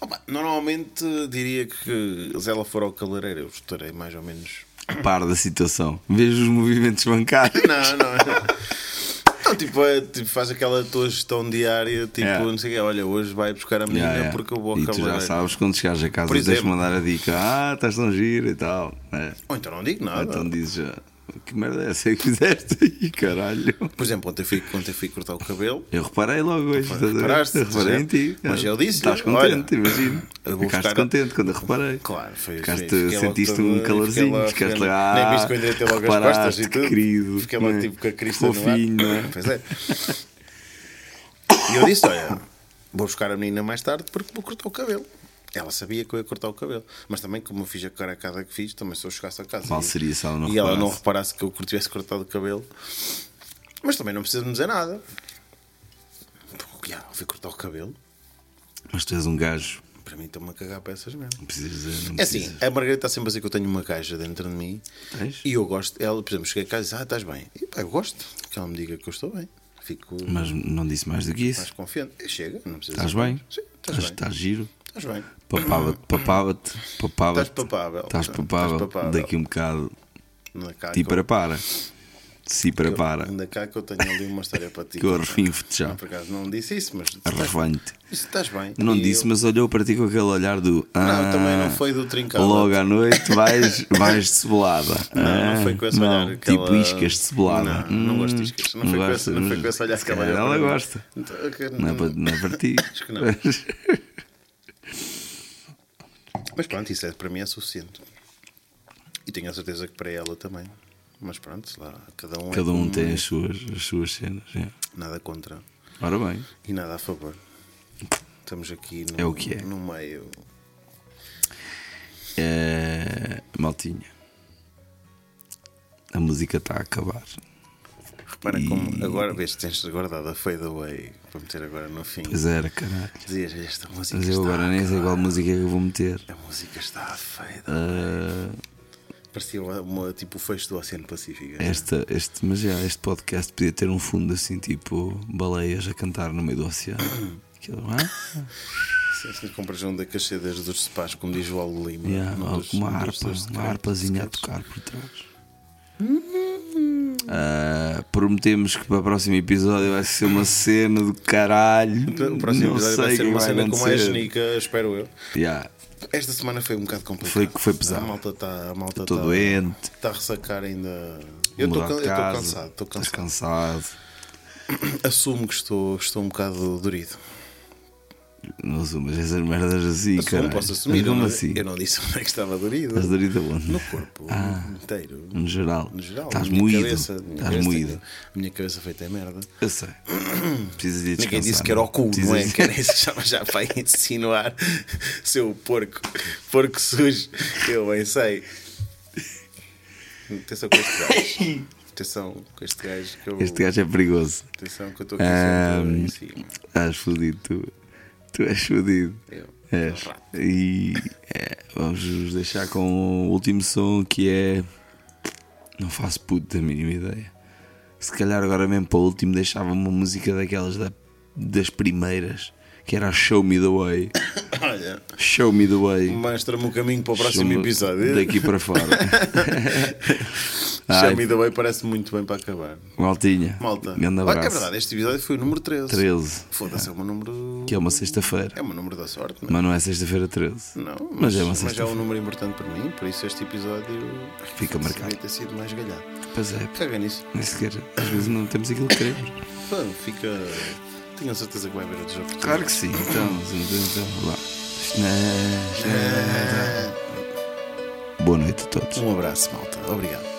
Speaker 4: Opa, normalmente diria que se ela for ao cabeleireiro eu estarei mais ou menos.
Speaker 3: A par da situação. Vejo os movimentos bancários.
Speaker 4: Não, não. Não, tipo, é, tipo, faz aquela tua gestão diária, tipo,
Speaker 3: Yeah.
Speaker 4: não sei o quê, olha, hoje vai buscar a menina
Speaker 3: É. Yeah, yeah.
Speaker 4: porque eu vou ao
Speaker 3: E tu já
Speaker 4: cabeleireiro.
Speaker 3: sabes quando chegares a casa
Speaker 4: Por
Speaker 3: tens de
Speaker 4: exemplo.
Speaker 3: mandar a dica: Ah, estás tão giro e tal. É.
Speaker 4: Ou então não digo nada.
Speaker 3: Então dizes já, que merda é essa que fizeste? E caralho.
Speaker 4: Por exemplo, ontem fui, ontem fui cortar o cabelo,
Speaker 3: Eu reparei logo hoje. estás a ver?
Speaker 4: Reparaste,
Speaker 3: eu reparei em ti.
Speaker 4: mas eu disse-lhe,
Speaker 3: Estás contente,
Speaker 4: olha,
Speaker 3: imagino.
Speaker 4: eu vou
Speaker 3: Ficaste
Speaker 4: buscar a-
Speaker 3: contente quando eu reparei.
Speaker 4: Claro, foi-
Speaker 3: Ficaste,
Speaker 4: foi- fiquei logo
Speaker 3: sentiste
Speaker 4: todo-
Speaker 3: um
Speaker 4: fiquei
Speaker 3: calorzinho.
Speaker 4: logo-
Speaker 3: Ficaste
Speaker 4: fiquei-
Speaker 3: lá.
Speaker 4: nem viste quando eu tenho logo as
Speaker 3: reparaste,
Speaker 4: costas e
Speaker 3: que
Speaker 4: tudo.
Speaker 3: Querido,
Speaker 4: Fiquei logo
Speaker 3: né?
Speaker 4: tipo com a crista no ar.
Speaker 3: Fofinho, não é?
Speaker 4: Pois é. E eu disse: Olha, vou buscar a menina mais tarde porque vou cortar o cabelo. Ela sabia que eu ia cortar o cabelo, mas também, como eu fiz a caracada que fiz, também se eu chegasse a casa
Speaker 3: Mal
Speaker 4: e-
Speaker 3: seria se ela não
Speaker 4: e ela não
Speaker 3: reparasse.
Speaker 4: reparasse que eu tivesse cortado o cabelo, mas também não precisa de me dizer nada. Porque, já, fui cortar o cabelo,
Speaker 3: Mas tu és um gajo.
Speaker 4: para mim estou-me a cagar para essas merdas.
Speaker 3: Não precisas dizer. Não
Speaker 4: É assim, a Margarida está sempre a dizer que eu tenho uma caixa dentro de mim
Speaker 3: Tens?
Speaker 4: e eu gosto. Ela, por exemplo, cheguei a casa e disse: Ah, estás bem. E, pá, eu gosto que ela me diga que eu estou bem. Fico
Speaker 3: Mas não disse mais do que
Speaker 4: mais
Speaker 3: isso.
Speaker 4: confiante. E Chega, não precisa.
Speaker 3: Estás
Speaker 4: dizer
Speaker 3: bem?
Speaker 4: mais. Sim, estás
Speaker 3: Estás tá-
Speaker 4: bem.
Speaker 3: estás giro?
Speaker 4: Estás bem.
Speaker 3: Papava-te, papava-te, papava-te.
Speaker 4: Estás papável.
Speaker 3: Estás
Speaker 4: Estás
Speaker 3: papável.
Speaker 4: papável.
Speaker 3: Daqui um bocado.
Speaker 4: Anda cá,
Speaker 3: Ti
Speaker 4: que
Speaker 3: tipo, para
Speaker 4: eu-
Speaker 3: para. Si para para.
Speaker 4: Anda cá que eu tenho ali uma história para ti.
Speaker 3: Que eu refinfo-te já.
Speaker 4: Não, por acaso não disse isso, mas. tu estás-
Speaker 3: Arrefante.
Speaker 4: Isso estás bem.
Speaker 3: Não
Speaker 4: E
Speaker 3: disse,
Speaker 4: eu-
Speaker 3: mas olhou para ti com aquele olhar do. Ah,
Speaker 4: Não, também não foi do trincado.
Speaker 3: Logo à noite vais, vais de cebolada.
Speaker 4: Não,
Speaker 3: Ah,
Speaker 4: não foi com esse
Speaker 3: não,
Speaker 4: olhar. aquela-
Speaker 3: Tipo iscas de cebolada. Hum,
Speaker 4: Não, não gosto de iscas. Não, foi, com esse, não foi com esse olhar que ela olhou
Speaker 3: Ela
Speaker 4: para mim.
Speaker 3: gosta.
Speaker 4: Então, eu-
Speaker 3: Não é para, não é para ti.
Speaker 4: Acho que não. Mas pronto, isso é, para mim é suficiente. E tenho a certeza que para ela também. Mas pronto, sei lá, cada um é
Speaker 3: Cada
Speaker 4: como
Speaker 3: um tem
Speaker 4: é.
Speaker 3: as suas, as suas cenas. é.
Speaker 4: Nada contra
Speaker 3: Ora bem,
Speaker 4: e nada a favor. Estamos aqui no,
Speaker 3: É o que é.
Speaker 4: no meio.
Speaker 3: é... Maltinha. A música está a acabar.
Speaker 4: Repara como agora, vês, tens guardado a fadeaway para meter agora no fim.
Speaker 3: Pois era, caralho.
Speaker 4: Dizer esta música
Speaker 3: Mas
Speaker 4: está
Speaker 3: eu agora nem sei
Speaker 4: a
Speaker 3: qual música é que eu vou meter.
Speaker 4: acabar. A música está a fade.
Speaker 3: Ah,
Speaker 4: Parecia uma, uma- tipo o fecho do Oceano Pacífico.
Speaker 3: Esta, este, mas já, este podcast podia ter um fundo assim, tipo baleias a cantar no meio do oceano. Aquilo, ah,
Speaker 4: Se, se compras um daquelas sedas dos spas, como diz o Aldo Lima.
Speaker 3: yeah,
Speaker 4: um
Speaker 3: ou
Speaker 4: dos-
Speaker 3: uma
Speaker 4: um dos
Speaker 3: harpa,
Speaker 4: seus
Speaker 3: uma
Speaker 4: secretos-
Speaker 3: harpazinha a
Speaker 4: secretos.
Speaker 3: tocar por trás. Ah, prometemos que para o próximo episódio vai ser uma cena do caralho.
Speaker 4: Então, O próximo
Speaker 3: Não
Speaker 4: episódio vai
Speaker 3: sei
Speaker 4: ser
Speaker 3: o que
Speaker 4: uma
Speaker 3: vai
Speaker 4: cena com mais
Speaker 3: acontecer.
Speaker 4: genica, espero eu.
Speaker 3: Yeah,
Speaker 4: Esta semana foi um bocado complicado.
Speaker 3: Foi- foi pesado.
Speaker 4: A malta está. A malta
Speaker 3: Estou
Speaker 4: tá-
Speaker 3: doente.
Speaker 4: Está a ressacar ainda. Eu estou
Speaker 3: mudar de casa. Tá
Speaker 4: cansado, estou
Speaker 3: Estás
Speaker 4: cansado.
Speaker 3: cansado.
Speaker 4: Assumo que estou, estou um bocado dorido.
Speaker 3: Não assumas essas merdas assim,
Speaker 4: Assumo,
Speaker 3: cara.
Speaker 4: posso assumir. eu,
Speaker 3: Como
Speaker 4: não,
Speaker 3: assim?
Speaker 4: eu não disse onde é que estava dorido.
Speaker 3: Estás dorido aonde?
Speaker 4: No corpo inteiro.
Speaker 3: No geral.
Speaker 4: No geral.
Speaker 3: Estás
Speaker 4: na minha
Speaker 3: moído.
Speaker 4: cabeça, na minha
Speaker 3: Estás
Speaker 4: cabeça,
Speaker 3: moído.
Speaker 4: A minha cabeça feita é merda.
Speaker 3: Eu sei. Precisas de descansar.
Speaker 4: Ninguém disse que era o cu, não é? Que era isso que chama já vai insinuar seu porco, porco sujo. Eu bem sei. Atenção com este gajo. Atenção com este gajo que eu.
Speaker 3: Este gajo Ah, é perigoso.
Speaker 4: Atenção que eu estou aqui sempre em cima.
Speaker 3: Estás fodido, tu. Tu és fodido.
Speaker 4: Eu.
Speaker 3: És. E é, vamos vos deixar com o último som que é. Não faço puto da mínima ideia. Se calhar agora mesmo para o último deixava uma música daquelas da- das primeiras, que era a Show Me the Way.
Speaker 4: Olha,
Speaker 3: Show Me the Way.
Speaker 4: mostra-me o caminho para o próximo
Speaker 3: Show me-
Speaker 4: episódio.
Speaker 3: Daqui para fora. Ai,
Speaker 4: Show Me the Way parece muito bem para acabar.
Speaker 3: Maltinha.
Speaker 4: Malta.
Speaker 3: Grande
Speaker 4: Olha, que é
Speaker 3: abraço.
Speaker 4: verdade, este episódio foi o número 13.
Speaker 3: 13.
Speaker 4: Foda-se, é um número.
Speaker 3: Que é uma sexta-feira.
Speaker 4: É um número da sorte, não é?
Speaker 3: Mas não é sexta-feira 13.
Speaker 4: Não,
Speaker 3: mas
Speaker 4: mas,
Speaker 3: é uma
Speaker 4: mas é
Speaker 3: sexta-feira.
Speaker 4: um número importante para mim, por isso este episódio
Speaker 3: Fica marcado.
Speaker 4: devia ter sido mais galhado.
Speaker 3: Pois é,
Speaker 4: Caga nisso.
Speaker 3: nem sequer. Às vezes não temos aquilo que queremos.
Speaker 4: Pá, fica. Tenho a certeza que vai haver outros oportunidades.
Speaker 3: Claro que sim. Então, então, então, lá. Boa noite a todos.
Speaker 4: Um abraço, malta. Obrigado.